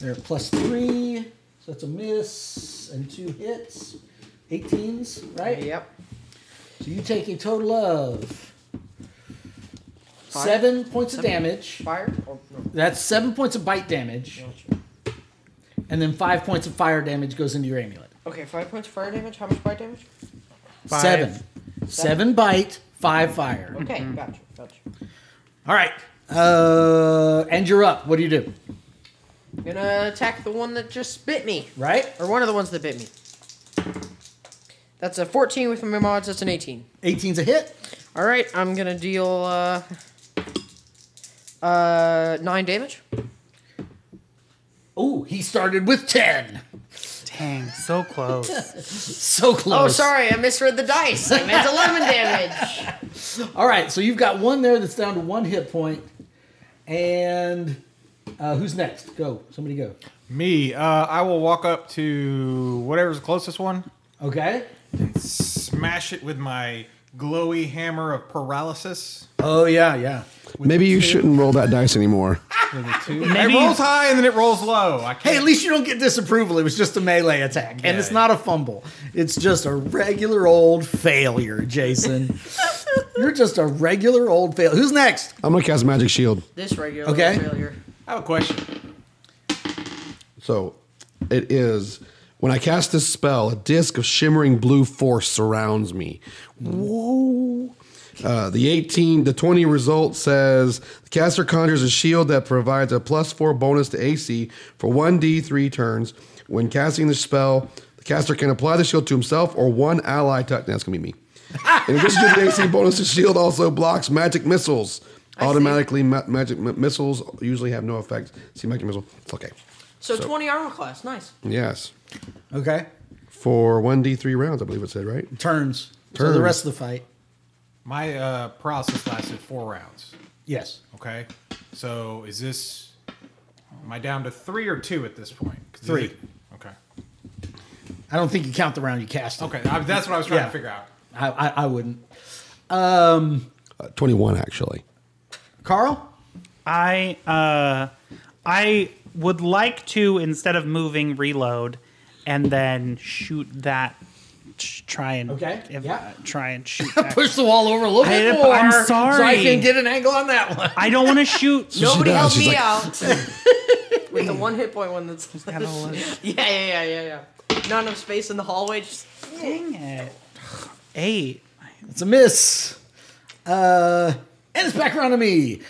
Speaker 2: They're plus 3, so that's a miss and two hits. 18s, right?
Speaker 6: Yep.
Speaker 2: So you take a total of seven points of damage.
Speaker 6: Fire. Oh, no.
Speaker 2: That's seven points of bite damage, and then five points of fire damage goes into your amulet.
Speaker 6: Okay, five points of fire damage. How much bite damage?
Speaker 2: Seven. Seven. bite, five fire.
Speaker 6: Okay, gotcha, gotcha.
Speaker 2: All right. Uh, and you're up. What do you do?
Speaker 6: Gonna attack the one that just bit me,
Speaker 2: Right?
Speaker 6: or one of the ones that bit me. That's a 14 with my mods. That's an 18.
Speaker 2: 18's a hit.
Speaker 6: All right, I'm gonna deal uh, uh, nine damage.
Speaker 2: Oh, he started with 10.
Speaker 5: Dang, so close.
Speaker 2: So
Speaker 6: Oh,
Speaker 2: close.
Speaker 6: sorry, I misread the dice. I meant 11 damage.
Speaker 2: All right. So you've got one there that's down to one hit point. And uh, who's next? Go. Somebody go.
Speaker 3: Me, uh, I will walk up to whatever's the closest one,
Speaker 2: Okay.
Speaker 3: smash it with my glowy hammer of paralysis.
Speaker 2: Oh, yeah, yeah.
Speaker 4: Maybe you shouldn't roll that dice anymore.
Speaker 5: Maybe-
Speaker 3: it rolls high and then it rolls low. I
Speaker 2: Hey,
Speaker 3: can't.
Speaker 2: at least you don't get disapproval. It was just a melee attack. and it's
Speaker 3: Yeah.
Speaker 2: not a fumble. It's just a regular old failure, Jason. You're just a regular old fail. Who's next?
Speaker 4: I'm gonna cast magic shield.
Speaker 6: This regular
Speaker 2: Okay.
Speaker 6: failure.
Speaker 3: I have a question.
Speaker 4: So it is when I cast this spell, a disc of shimmering blue force surrounds me. Whoa. Uh, the 18, the 20 result says the caster conjures a shield that provides a plus four bonus to AC for 1d3 turns. When casting the spell, the caster can apply the shield to himself or one ally touch. That's going to be me. In addition to the AC bonus, the shield also blocks magic missiles. Automatically, ma- magic mi- missiles usually have no effect. See, magic missile. It's okay.
Speaker 6: So, 20 armor class. Nice.
Speaker 4: Yes.
Speaker 2: Okay.
Speaker 4: For 1d3 rounds, I believe it said, right?
Speaker 2: Turns. So the
Speaker 4: Turns.
Speaker 2: rest of the fight.
Speaker 3: My uh, paralysis lasted four rounds.
Speaker 2: Yes.
Speaker 3: Okay, so is this? Am I down to three or two at this point? 'Cause is
Speaker 2: Three.
Speaker 3: it- Okay.
Speaker 2: I don't think you count the round you cast. it.
Speaker 3: Okay, I, that's what I was trying
Speaker 2: Yeah.
Speaker 3: to figure out.
Speaker 2: I, I, I wouldn't. Um,
Speaker 4: Uh, 21, actually.
Speaker 2: Carl?
Speaker 5: I uh, I would like to instead of moving, reload, and then shoot that. sh- Try and uh,
Speaker 2: Okay, yeah.
Speaker 5: try and shoot. That.
Speaker 2: Push the wall over a little
Speaker 5: I-
Speaker 2: bit more.
Speaker 5: I'm
Speaker 2: So I
Speaker 5: sorry.
Speaker 2: can get an angle on that one.
Speaker 5: I don't want to shoot.
Speaker 6: Nobody
Speaker 4: does.
Speaker 6: help
Speaker 4: She's
Speaker 6: me
Speaker 4: like-
Speaker 6: out. With the one hit point one that's. yeah,
Speaker 5: Gotta look.
Speaker 6: yeah, yeah, yeah, yeah. Not enough space in the hallway. Just
Speaker 5: Dang it! Eight.
Speaker 2: It's a miss. Uh, and it's back around to me.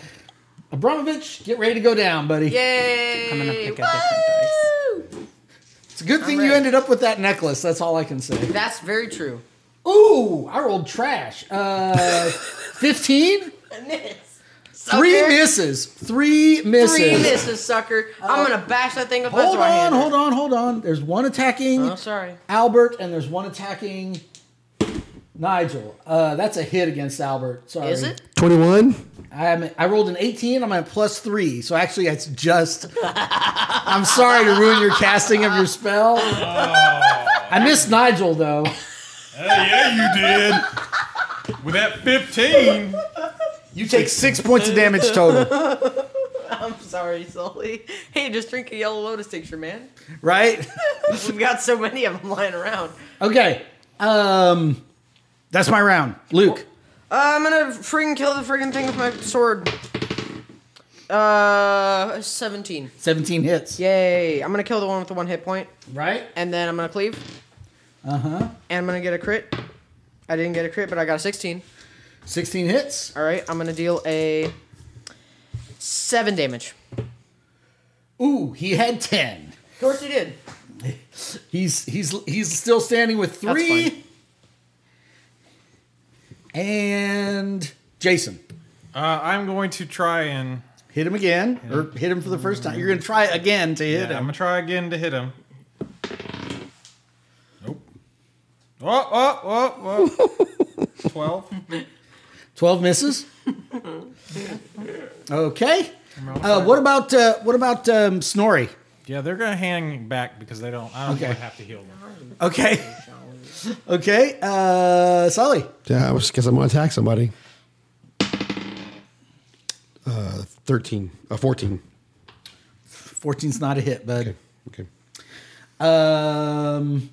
Speaker 2: Abramovich, get ready to go down, buddy.
Speaker 6: yay.
Speaker 5: I'm gonna pick a different dice.
Speaker 2: It's a good thing you
Speaker 6: ready.
Speaker 2: ended up with that necklace. That's all I can say.
Speaker 6: That's very true.
Speaker 2: Ooh, I rolled trash. Uh, 15? Three
Speaker 6: Sucker.
Speaker 2: misses. Three misses.
Speaker 6: Three misses, sucker. I'm gonna bash that thing with my
Speaker 2: Hold
Speaker 6: right
Speaker 2: on,
Speaker 6: hand.
Speaker 2: hold on, hold on. There's one attacking
Speaker 6: Oh, sorry.
Speaker 2: Albert, and there's one attacking Nigel. Uh, that's a hit against Albert. Sorry.
Speaker 6: Is it?
Speaker 4: 21?
Speaker 2: I'm, I rolled an 18. I'm at plus three. So actually, it's just. I'm sorry to ruin your casting of your spell. I missed Nigel, though.
Speaker 3: yeah, you did. With that fifteen,
Speaker 2: You take six points of damage total,
Speaker 6: I'm sorry, Sully. Hey, just drink a yellow lotus tincture, man.
Speaker 2: right?
Speaker 6: We've got so many of them lying around.
Speaker 2: Okay. Um, that's my round. Luke.
Speaker 6: Uh, I'm gonna friggin' kill the friggin' thing with my sword. Uh, 17.
Speaker 2: 17 hits.
Speaker 6: Yay. I'm gonna kill the one with the one hit point,
Speaker 2: Right?
Speaker 6: and then I'm gonna cleave.
Speaker 2: Uh-huh.
Speaker 6: Uh huh. And I'm gonna get a crit. I didn't get a crit, but I got a 16.
Speaker 2: 16 hits.
Speaker 6: Alright, I'm gonna deal a 7 damage.
Speaker 2: Ooh, he had 10.
Speaker 6: Of course you did.
Speaker 2: He's he's he's still standing with
Speaker 6: That's
Speaker 2: three.
Speaker 6: fine.
Speaker 2: And Jason,
Speaker 3: uh, I'm going to try and
Speaker 2: hit him again, or hit him for the first time. You're gonna try again to hit
Speaker 3: Yeah,
Speaker 2: him.
Speaker 3: I'm gonna try again to hit him. Nope. Oh, oh, oh, oh. Twelve.
Speaker 2: Twelve misses. okay. Uh, what about uh, what about um, Snorri?
Speaker 3: Yeah, they're gonna hang back because they don't. I don't
Speaker 2: Okay.
Speaker 3: think I have to heal them.
Speaker 2: Okay. okay. Uh, Sully.
Speaker 4: Yeah, I was guess I'm going to attack somebody. Uh, 13. Uh, 14.
Speaker 2: 14's not a hit, bud.
Speaker 4: Okay. Okay.
Speaker 2: Um,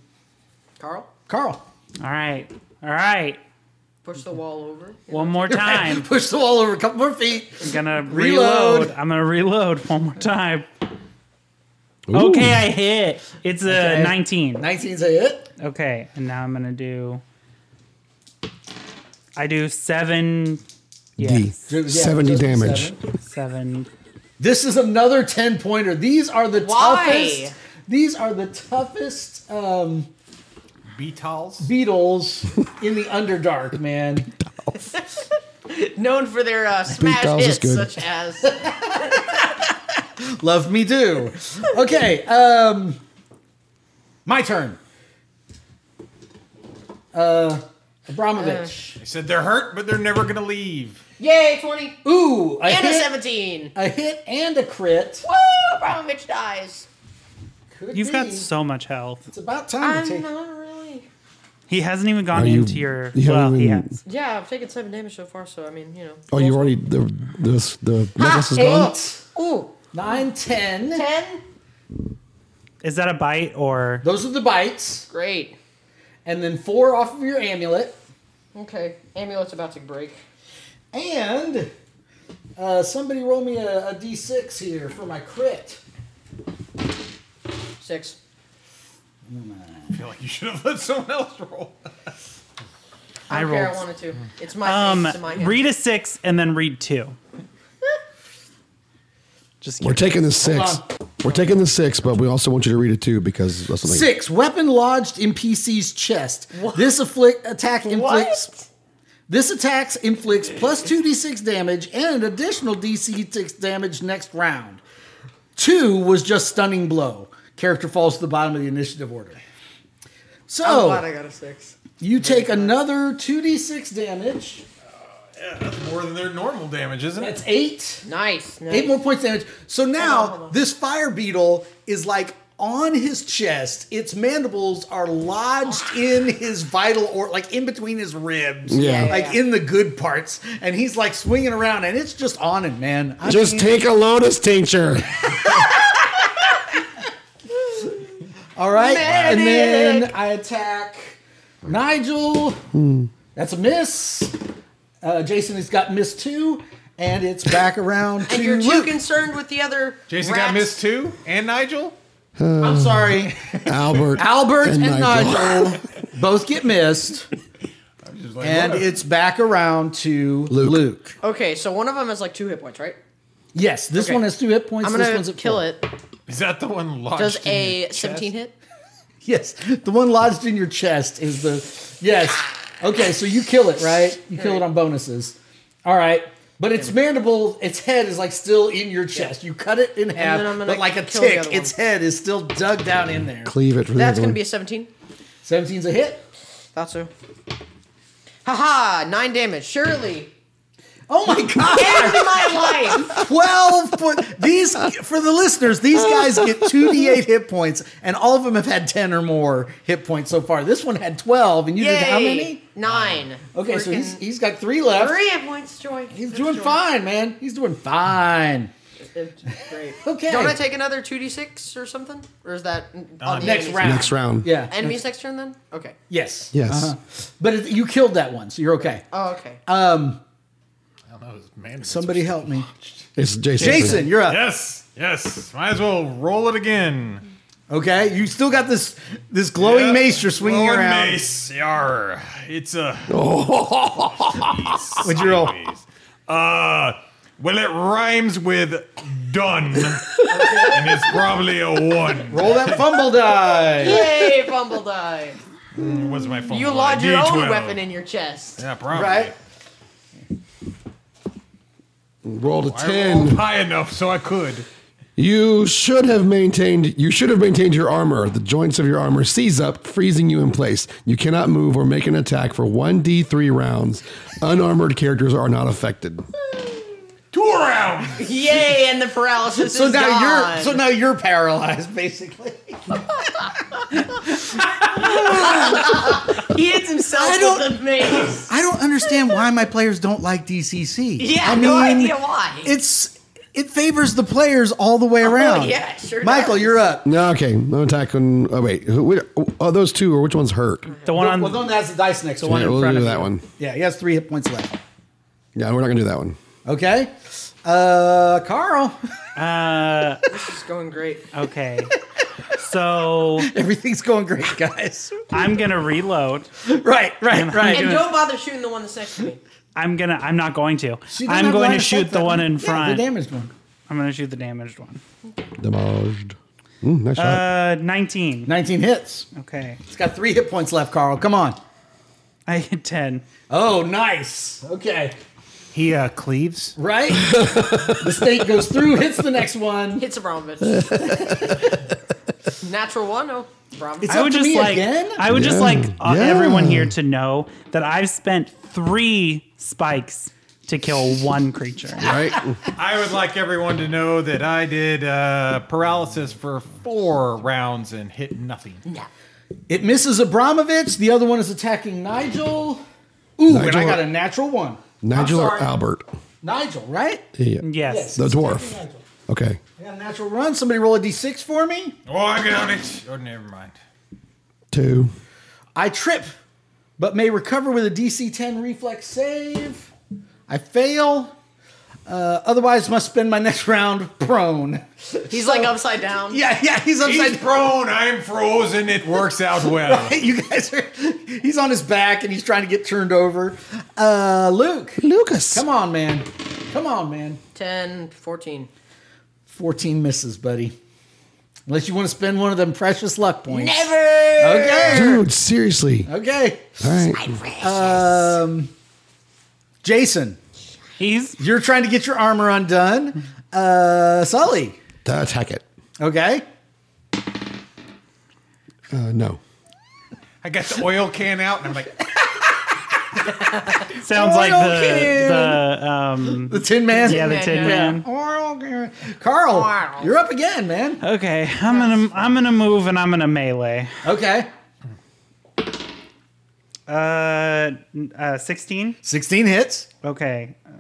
Speaker 6: Carl,
Speaker 2: Carl.
Speaker 5: All right, all right.
Speaker 6: push the wall over.
Speaker 5: One more time.
Speaker 2: Push the wall over a couple more feet.
Speaker 5: I'm gonna
Speaker 2: Reload.
Speaker 5: reload. I'm gonna reload one more time. Okay, I hit. It's a 19.
Speaker 2: 19's a hit.
Speaker 5: Okay, and now I'm going to do. I do seven.
Speaker 4: D.
Speaker 5: Yes.
Speaker 2: Yeah,
Speaker 4: 70
Speaker 2: just a
Speaker 4: damage.
Speaker 2: seven.
Speaker 5: Seven.
Speaker 2: This is another 10 pointer. These are the
Speaker 6: Why?
Speaker 2: toughest. These are the toughest um,
Speaker 8: Beetles.
Speaker 2: beetles in the Underdark, man.
Speaker 6: Known for their uh, smash
Speaker 4: dolls is
Speaker 6: hits,
Speaker 4: good.
Speaker 6: such as
Speaker 2: Love me do. Okay, um, my turn. Uh, Abramovich.
Speaker 8: They said they're hurt, but they're never going to leave.
Speaker 6: Yay, 20
Speaker 2: Ooh, I
Speaker 6: and a
Speaker 2: hit,
Speaker 6: 17.
Speaker 2: a hit and a crit.
Speaker 6: Woo! Abramovich dies.
Speaker 2: Could
Speaker 5: You've got
Speaker 2: be.
Speaker 5: so much health.
Speaker 2: It's about time
Speaker 6: I'm
Speaker 2: to take.
Speaker 6: not really.
Speaker 5: He hasn't even gone
Speaker 4: Are you-
Speaker 5: into your.
Speaker 4: you
Speaker 5: well,
Speaker 4: haven't
Speaker 5: he
Speaker 4: even-
Speaker 5: has.
Speaker 6: Yeah, I've taken seven damage so far, so I mean, you know. Ah,
Speaker 4: Oh, you already the the the necklace is gone.
Speaker 2: Eight,
Speaker 6: Ooh,
Speaker 2: nine, ten.
Speaker 6: 10?
Speaker 5: Is that a bite or.
Speaker 2: Those are the bites,
Speaker 6: Great.
Speaker 2: and then four off of your amulet,
Speaker 6: Okay, amulet's about to break.
Speaker 2: and uh, somebody roll me a a d6 here for my crit.
Speaker 6: Six.
Speaker 8: I feel like you should have let someone else roll.
Speaker 6: I,
Speaker 5: I
Speaker 6: don't care, I
Speaker 5: rolled.
Speaker 6: wanted to. It's my
Speaker 5: Um,
Speaker 6: it's in my hand.
Speaker 5: read a six and then read two. Just
Speaker 4: We're
Speaker 5: kidding.
Speaker 4: taking the six. We're taking the six, but we also want you to read it too because that's something.
Speaker 2: Six weapon lodged in PC's chest. This afflict attack inflicts. This attack inflicts plus two d6 damage and an additional DC six damage next round. Two was just stunning blow. Character falls to the bottom of the initiative order.
Speaker 6: I'm
Speaker 2: So
Speaker 6: glad I got a six.
Speaker 2: you take another two d6 damage.
Speaker 8: Uh, More than their normal damage, isn't it?
Speaker 2: That's eight.
Speaker 6: Nice. nice.
Speaker 2: Eight more points damage. So now
Speaker 6: on, hold on.
Speaker 2: this fire beetle is like on his chest. Its mandibles are lodged in his vital or like in between his ribs.
Speaker 4: Yeah.
Speaker 2: Like in the good parts. And he's like swinging around and it's just on him, man. I
Speaker 4: Just
Speaker 2: mean-
Speaker 4: take a lotus tincture.
Speaker 2: All right. And then I attack Nigel. That's a miss. Uh, Jason has got miss two. And it's back around to
Speaker 6: And you're too
Speaker 2: Luke.
Speaker 6: concerned with the other.
Speaker 8: Jason
Speaker 6: rats.
Speaker 8: got missed too, and Nigel.
Speaker 2: I'm sorry.
Speaker 4: Albert.
Speaker 2: Albert and,
Speaker 4: And
Speaker 2: Nigel. both get missed,
Speaker 8: Just like,
Speaker 2: and
Speaker 8: what?
Speaker 2: it's back around to Luke.
Speaker 4: Luke.
Speaker 6: Okay, so one of them has like two hit points, right?
Speaker 2: Yes, this
Speaker 6: Okay.
Speaker 2: one has two hit points.
Speaker 6: I'm
Speaker 2: this
Speaker 6: gonna
Speaker 2: one's at
Speaker 6: kill
Speaker 2: four.
Speaker 6: it.
Speaker 8: is that the one lodged
Speaker 6: Does
Speaker 8: in
Speaker 6: a
Speaker 8: your chest?
Speaker 6: 17 hit?
Speaker 2: Yes, the one lodged in your chest is the yes. Okay, so you kill it, right? You kill it on bonuses. All right, but its mandible, its head is like still in your chest. You cut it in half,
Speaker 6: then I'm gonna
Speaker 2: but like a
Speaker 6: kill the
Speaker 2: tick,
Speaker 6: other one.
Speaker 2: its head is still dug down in there.
Speaker 4: Cleave it. For
Speaker 6: That's
Speaker 4: going
Speaker 6: gonna
Speaker 4: to
Speaker 6: be a 17.
Speaker 2: 17's a hit.
Speaker 6: Thought so. Haha, nine damage. Surely.
Speaker 2: Oh my god!
Speaker 6: End my life.
Speaker 2: 12 point these for the listeners these guys get 2d8 hit points and all of them have had 10 or more hit points so far this one had 12 and you
Speaker 6: Yay.
Speaker 2: did how many
Speaker 6: Nine.
Speaker 2: okay so
Speaker 6: Freaking
Speaker 2: he's, he's got three left
Speaker 6: three hit points, Joy.
Speaker 2: he's doing fine man he's doing fine
Speaker 6: Great.
Speaker 2: okay
Speaker 6: Don't I take another 2d6 or something? Or is that
Speaker 8: Uh,
Speaker 6: on the
Speaker 2: next
Speaker 6: enemy's-
Speaker 2: round.
Speaker 4: Next round.
Speaker 2: yeah Uh-huh.
Speaker 6: Enemy's next turn then? Okay.
Speaker 2: yes
Speaker 4: Yes.
Speaker 2: but it, you killed that one so you're okay
Speaker 6: Oh, okay.
Speaker 2: Uh,
Speaker 8: I don't know, it's man-
Speaker 2: somebody help me
Speaker 4: It's Jason.
Speaker 2: jason you're up
Speaker 8: Yes, yes. Might as well roll it again.
Speaker 2: okay you still got this this glowing
Speaker 8: Yep.
Speaker 2: mace you're swinging
Speaker 8: Glowing
Speaker 2: around
Speaker 8: Mace. Yar. It's a.
Speaker 2: what'd you roll
Speaker 8: Uh, well, it rhymes with done, and it's probably a one.
Speaker 2: roll that fumble die
Speaker 6: Yay, fumble die.
Speaker 8: What's my phone?
Speaker 6: You lodge your own weapon in your chest.
Speaker 8: Yeah, probably.
Speaker 2: right
Speaker 4: Rolled a
Speaker 8: I rolled
Speaker 4: ten.
Speaker 8: high enough so I could.
Speaker 4: You should have maintained. You should have maintained your armor. The joints of your armor seize up, freezing you in place. You cannot move or make an attack for one d three rounds. Unarmored characters are not affected.
Speaker 8: Two rounds.
Speaker 6: Yay, and the paralysis
Speaker 2: So
Speaker 6: is
Speaker 2: now
Speaker 6: gone.
Speaker 2: you're so now you're paralyzed basically.
Speaker 6: he hits himself
Speaker 2: I don't-
Speaker 6: with the mace.
Speaker 2: I don't understand why my players don't like DCC.
Speaker 6: Yeah, no idea why. Oh,
Speaker 2: It's it favors the players all the way around.
Speaker 6: yeah, sure
Speaker 2: Michael,
Speaker 6: does.
Speaker 2: you're up.
Speaker 4: No, okay. No attack on. Oh wait, who, which- oh, those two or which one's hurt?
Speaker 5: The one on.
Speaker 2: well, don't ask the dice next one.
Speaker 4: Yeah, we'll
Speaker 5: front
Speaker 4: do
Speaker 5: of
Speaker 4: that
Speaker 5: you.
Speaker 4: one.
Speaker 2: Yeah, he has three hit points left.
Speaker 4: Yeah, we're not gonna do that one.
Speaker 2: Okay, uh, Carl.
Speaker 6: This is going great.
Speaker 5: Okay. So
Speaker 2: Everything's going great, guys.
Speaker 5: I'm gonna reload.
Speaker 2: right, right, right.
Speaker 6: And don't bother shooting the one that's next to me.
Speaker 5: I'm gonna. I'm not going to.
Speaker 2: She doesn't
Speaker 5: I'm
Speaker 2: have
Speaker 5: going
Speaker 2: line
Speaker 5: to
Speaker 2: of sight
Speaker 5: shoot the
Speaker 2: that
Speaker 5: one in
Speaker 2: Yeah,
Speaker 5: front.
Speaker 2: the damaged one.
Speaker 5: I'm gonna shoot the damaged one.
Speaker 4: Damaged. Mm, nice shot.
Speaker 5: Uh, 19.
Speaker 2: 19 hits.
Speaker 5: Okay.
Speaker 2: It's got three hit points left, Carl. Come on.
Speaker 5: I hit 10.
Speaker 2: Oh, nice. Okay.
Speaker 10: He uh, cleaves.
Speaker 2: Right? the stake goes through, hits the next one.
Speaker 6: Hits Abramovich. Natural one. Oh, Abramovich.
Speaker 2: It's
Speaker 5: I
Speaker 2: up
Speaker 5: would
Speaker 2: to
Speaker 5: just
Speaker 2: me
Speaker 5: like
Speaker 2: again?
Speaker 5: I would just
Speaker 4: Yeah.
Speaker 5: like uh,
Speaker 4: Yeah.
Speaker 5: everyone here to know that I've spent 3 spikes to kill one creature.
Speaker 4: Right?
Speaker 3: I would like everyone to know that I did uh, paralysis for four rounds and hit nothing.
Speaker 2: It misses Abramovich. The other one is attacking Nigel. Ooh, and
Speaker 4: Nigel-
Speaker 2: I got a natural one.
Speaker 4: Nigel or
Speaker 2: sorry.
Speaker 4: Albert?
Speaker 2: Nigel, right?
Speaker 4: Yeah.
Speaker 5: Yes.
Speaker 4: The dwarf.
Speaker 2: Nigel.
Speaker 4: Okay.
Speaker 2: I got a natural run. Somebody roll a d6 for me.
Speaker 3: Oh, I got it. Oh, never mind.
Speaker 4: Two.
Speaker 2: I trip, but may recover with a DC 10 reflex save. I fail. Uh, otherwise, must spend my next round prone.
Speaker 6: He's like upside down.
Speaker 2: Yeah, yeah, he's upside
Speaker 3: He's prone. I'm frozen. It works out well.
Speaker 2: You guys are. He's on his back and he's trying to get turned over. Uh, Luke,
Speaker 4: Lucas.
Speaker 2: come on, man. Come on, man.
Speaker 6: 10, 14.
Speaker 2: 14 misses, buddy. Unless you want to spend one of them precious luck points.
Speaker 7: Never.
Speaker 2: Okay.
Speaker 4: Dude, seriously.
Speaker 2: Okay.
Speaker 4: All right.
Speaker 2: Um, Jason,
Speaker 5: He's
Speaker 2: you're trying to get your armor undone. Uh, Sully.
Speaker 4: Uh, Attack it.
Speaker 2: Okay.
Speaker 4: Uh, no.
Speaker 3: I got the oil can out, and I'm like,
Speaker 5: sounds like
Speaker 2: okay.
Speaker 5: the the um
Speaker 2: The Tin Man.
Speaker 5: yeah, the
Speaker 6: Man,
Speaker 5: tin
Speaker 6: yeah.
Speaker 5: man.
Speaker 2: Carl,
Speaker 6: Wow.
Speaker 2: you're up again, man.
Speaker 5: Okay, I'm going to I'm going to move and I'm going to melee.
Speaker 2: Okay.
Speaker 5: Uh uh 16?
Speaker 2: 16 hits.
Speaker 5: Okay. Uh,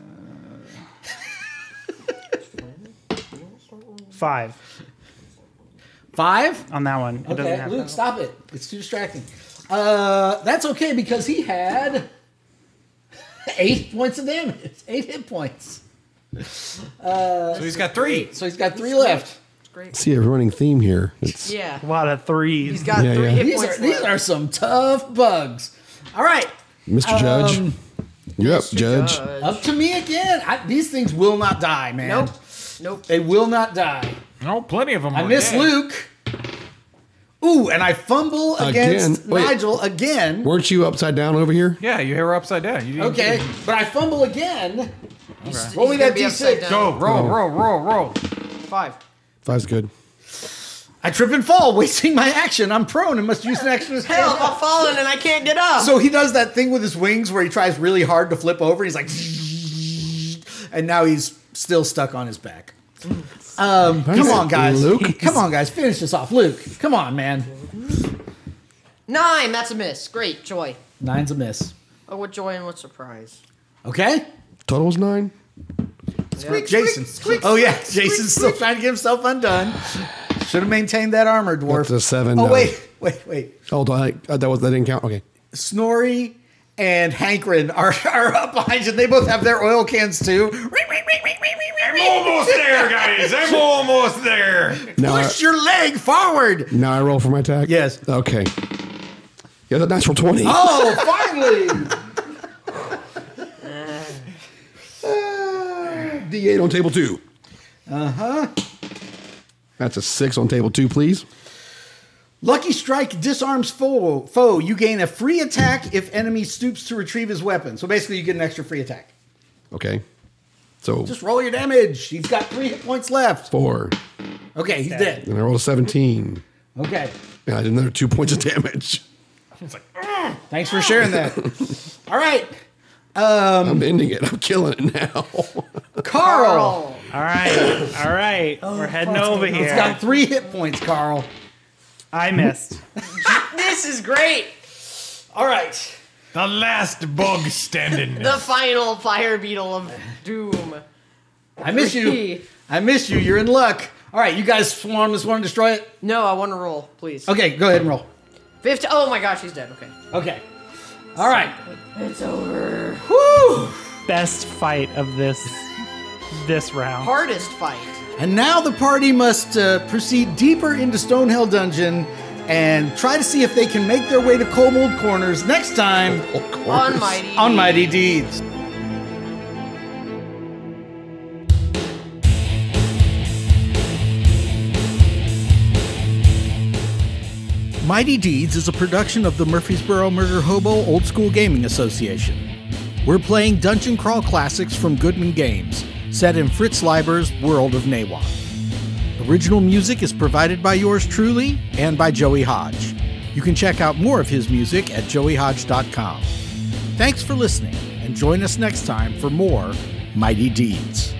Speaker 5: 5
Speaker 2: Five.
Speaker 5: on that one. It doesn't
Speaker 2: Okay,
Speaker 5: have
Speaker 2: Luke, stop it. It's too distracting. Uh, that's okay because he had eight points of damage, eight hit points. Uh,
Speaker 3: so he's got three.
Speaker 2: So he's got three left.
Speaker 4: See a running theme here. It's
Speaker 6: Yeah.
Speaker 5: a lot of threes.
Speaker 6: He's got
Speaker 4: Yeah,
Speaker 6: three
Speaker 4: yeah.
Speaker 6: hit
Speaker 2: These
Speaker 6: points
Speaker 2: are, these
Speaker 6: left.
Speaker 2: are some tough bugs. All right,
Speaker 4: Mr. Judge.
Speaker 2: Um,
Speaker 4: You're up, Judge.
Speaker 2: up to me again. I, these things will not die, man.
Speaker 6: Nope. Nope.
Speaker 2: They will not die.
Speaker 3: No, plenty of them.
Speaker 2: I miss Luke. Ooh, and I fumble against
Speaker 4: Again? Wait.
Speaker 2: Nigel again.
Speaker 4: Weren't you upside down over here?
Speaker 3: Yeah, you hit her upside down. You didn't-
Speaker 2: Okay, but I fumble again.
Speaker 6: He's
Speaker 2: Roll me
Speaker 6: gonna
Speaker 2: that
Speaker 6: be upside
Speaker 2: D6.
Speaker 6: down.
Speaker 3: Go, roll, roll, roll, roll.
Speaker 6: Five.
Speaker 4: Five's good.
Speaker 2: I trip and fall, wasting my action. I'm prone and must use an extra
Speaker 6: Hell, I'm falling and I can't get up.
Speaker 2: So he does that thing with his wings where he tries really hard to flip over. He's like, and now he's still stuck on his back. Um, come on, guys.
Speaker 4: Luke.
Speaker 2: Come on, guys. Finish this off. Luke, come on, man.
Speaker 6: Nine. That's a miss. Great. Joy.
Speaker 2: Nine's a miss.
Speaker 6: Oh, what joy and what surprise.
Speaker 2: Okay?
Speaker 4: Total was nine.
Speaker 2: Jason. oh, yeah. Jason's still trying to get himself undone. Should have maintained that armor, dwarf.
Speaker 4: That's a seven.
Speaker 2: Oh,
Speaker 4: no.
Speaker 2: wait. Wait, wait.
Speaker 4: Oh, I, uh, that was that didn't count. Okay.
Speaker 2: Snorri and Hankrin are, are up behind you. They both have their oil cans, too.
Speaker 3: I'm almost there, guys. I'm almost there.
Speaker 4: Now I,
Speaker 2: Push your leg forward.
Speaker 4: now I roll for my attack.
Speaker 2: Yes.
Speaker 4: Okay. Yeah, that natural twenty.
Speaker 2: Oh, finally!
Speaker 4: D eight on table two. Uh huh.
Speaker 2: Uh-huh.
Speaker 4: That's a six on table two, please.
Speaker 2: Lucky Strike disarms foe. Foe, you gain a free attack if enemy stoops to retrieve his weapon. So basically, you get an extra free attack.
Speaker 4: Okay. So
Speaker 2: Just roll your damage. He's got three hit points left.
Speaker 4: four,
Speaker 2: Okay, he's dead.
Speaker 4: and I rolled a seventeen,
Speaker 2: Okay,
Speaker 4: and I did another two points of damage.
Speaker 2: thanks for sharing that. All right,
Speaker 4: I'm ending it. I'm killing it now.
Speaker 2: Oh. Carl.
Speaker 5: All right, all right. We're heading over
Speaker 2: He's
Speaker 5: here.
Speaker 2: got three hit points, Carl.
Speaker 5: I missed.
Speaker 6: This is great.
Speaker 2: All right.
Speaker 3: The last bug standing.
Speaker 6: The final fire beetle of doom.
Speaker 2: I miss you. I miss you. You're in luck. All right, you guys swarm this one, destroy it.
Speaker 6: No, I want to roll, please.
Speaker 2: Okay, go ahead and roll.
Speaker 6: 50. Oh my gosh, he's dead. Okay.
Speaker 2: Okay. All right.
Speaker 5: Best fight of this this round.
Speaker 6: Hardest fight.
Speaker 2: And now the party must uh, proceed deeper into Stonehell Dungeon and try to see if they can make their way to Cold Corners next time
Speaker 6: On Mighty.
Speaker 2: on Mighty Deeds. Mighty Deeds is a production of the Murfreesboro Murder Hobo Old School Gaming Association. We're playing Dungeon Crawl classics from Goodman Games, set in Fritz Leiber's World of Nawa. Original music is provided by yours truly and by Joey Hodge. You can check out more of his music at joeyhodge.com. Thanks for listening, and join us next time for more Mighty Deeds.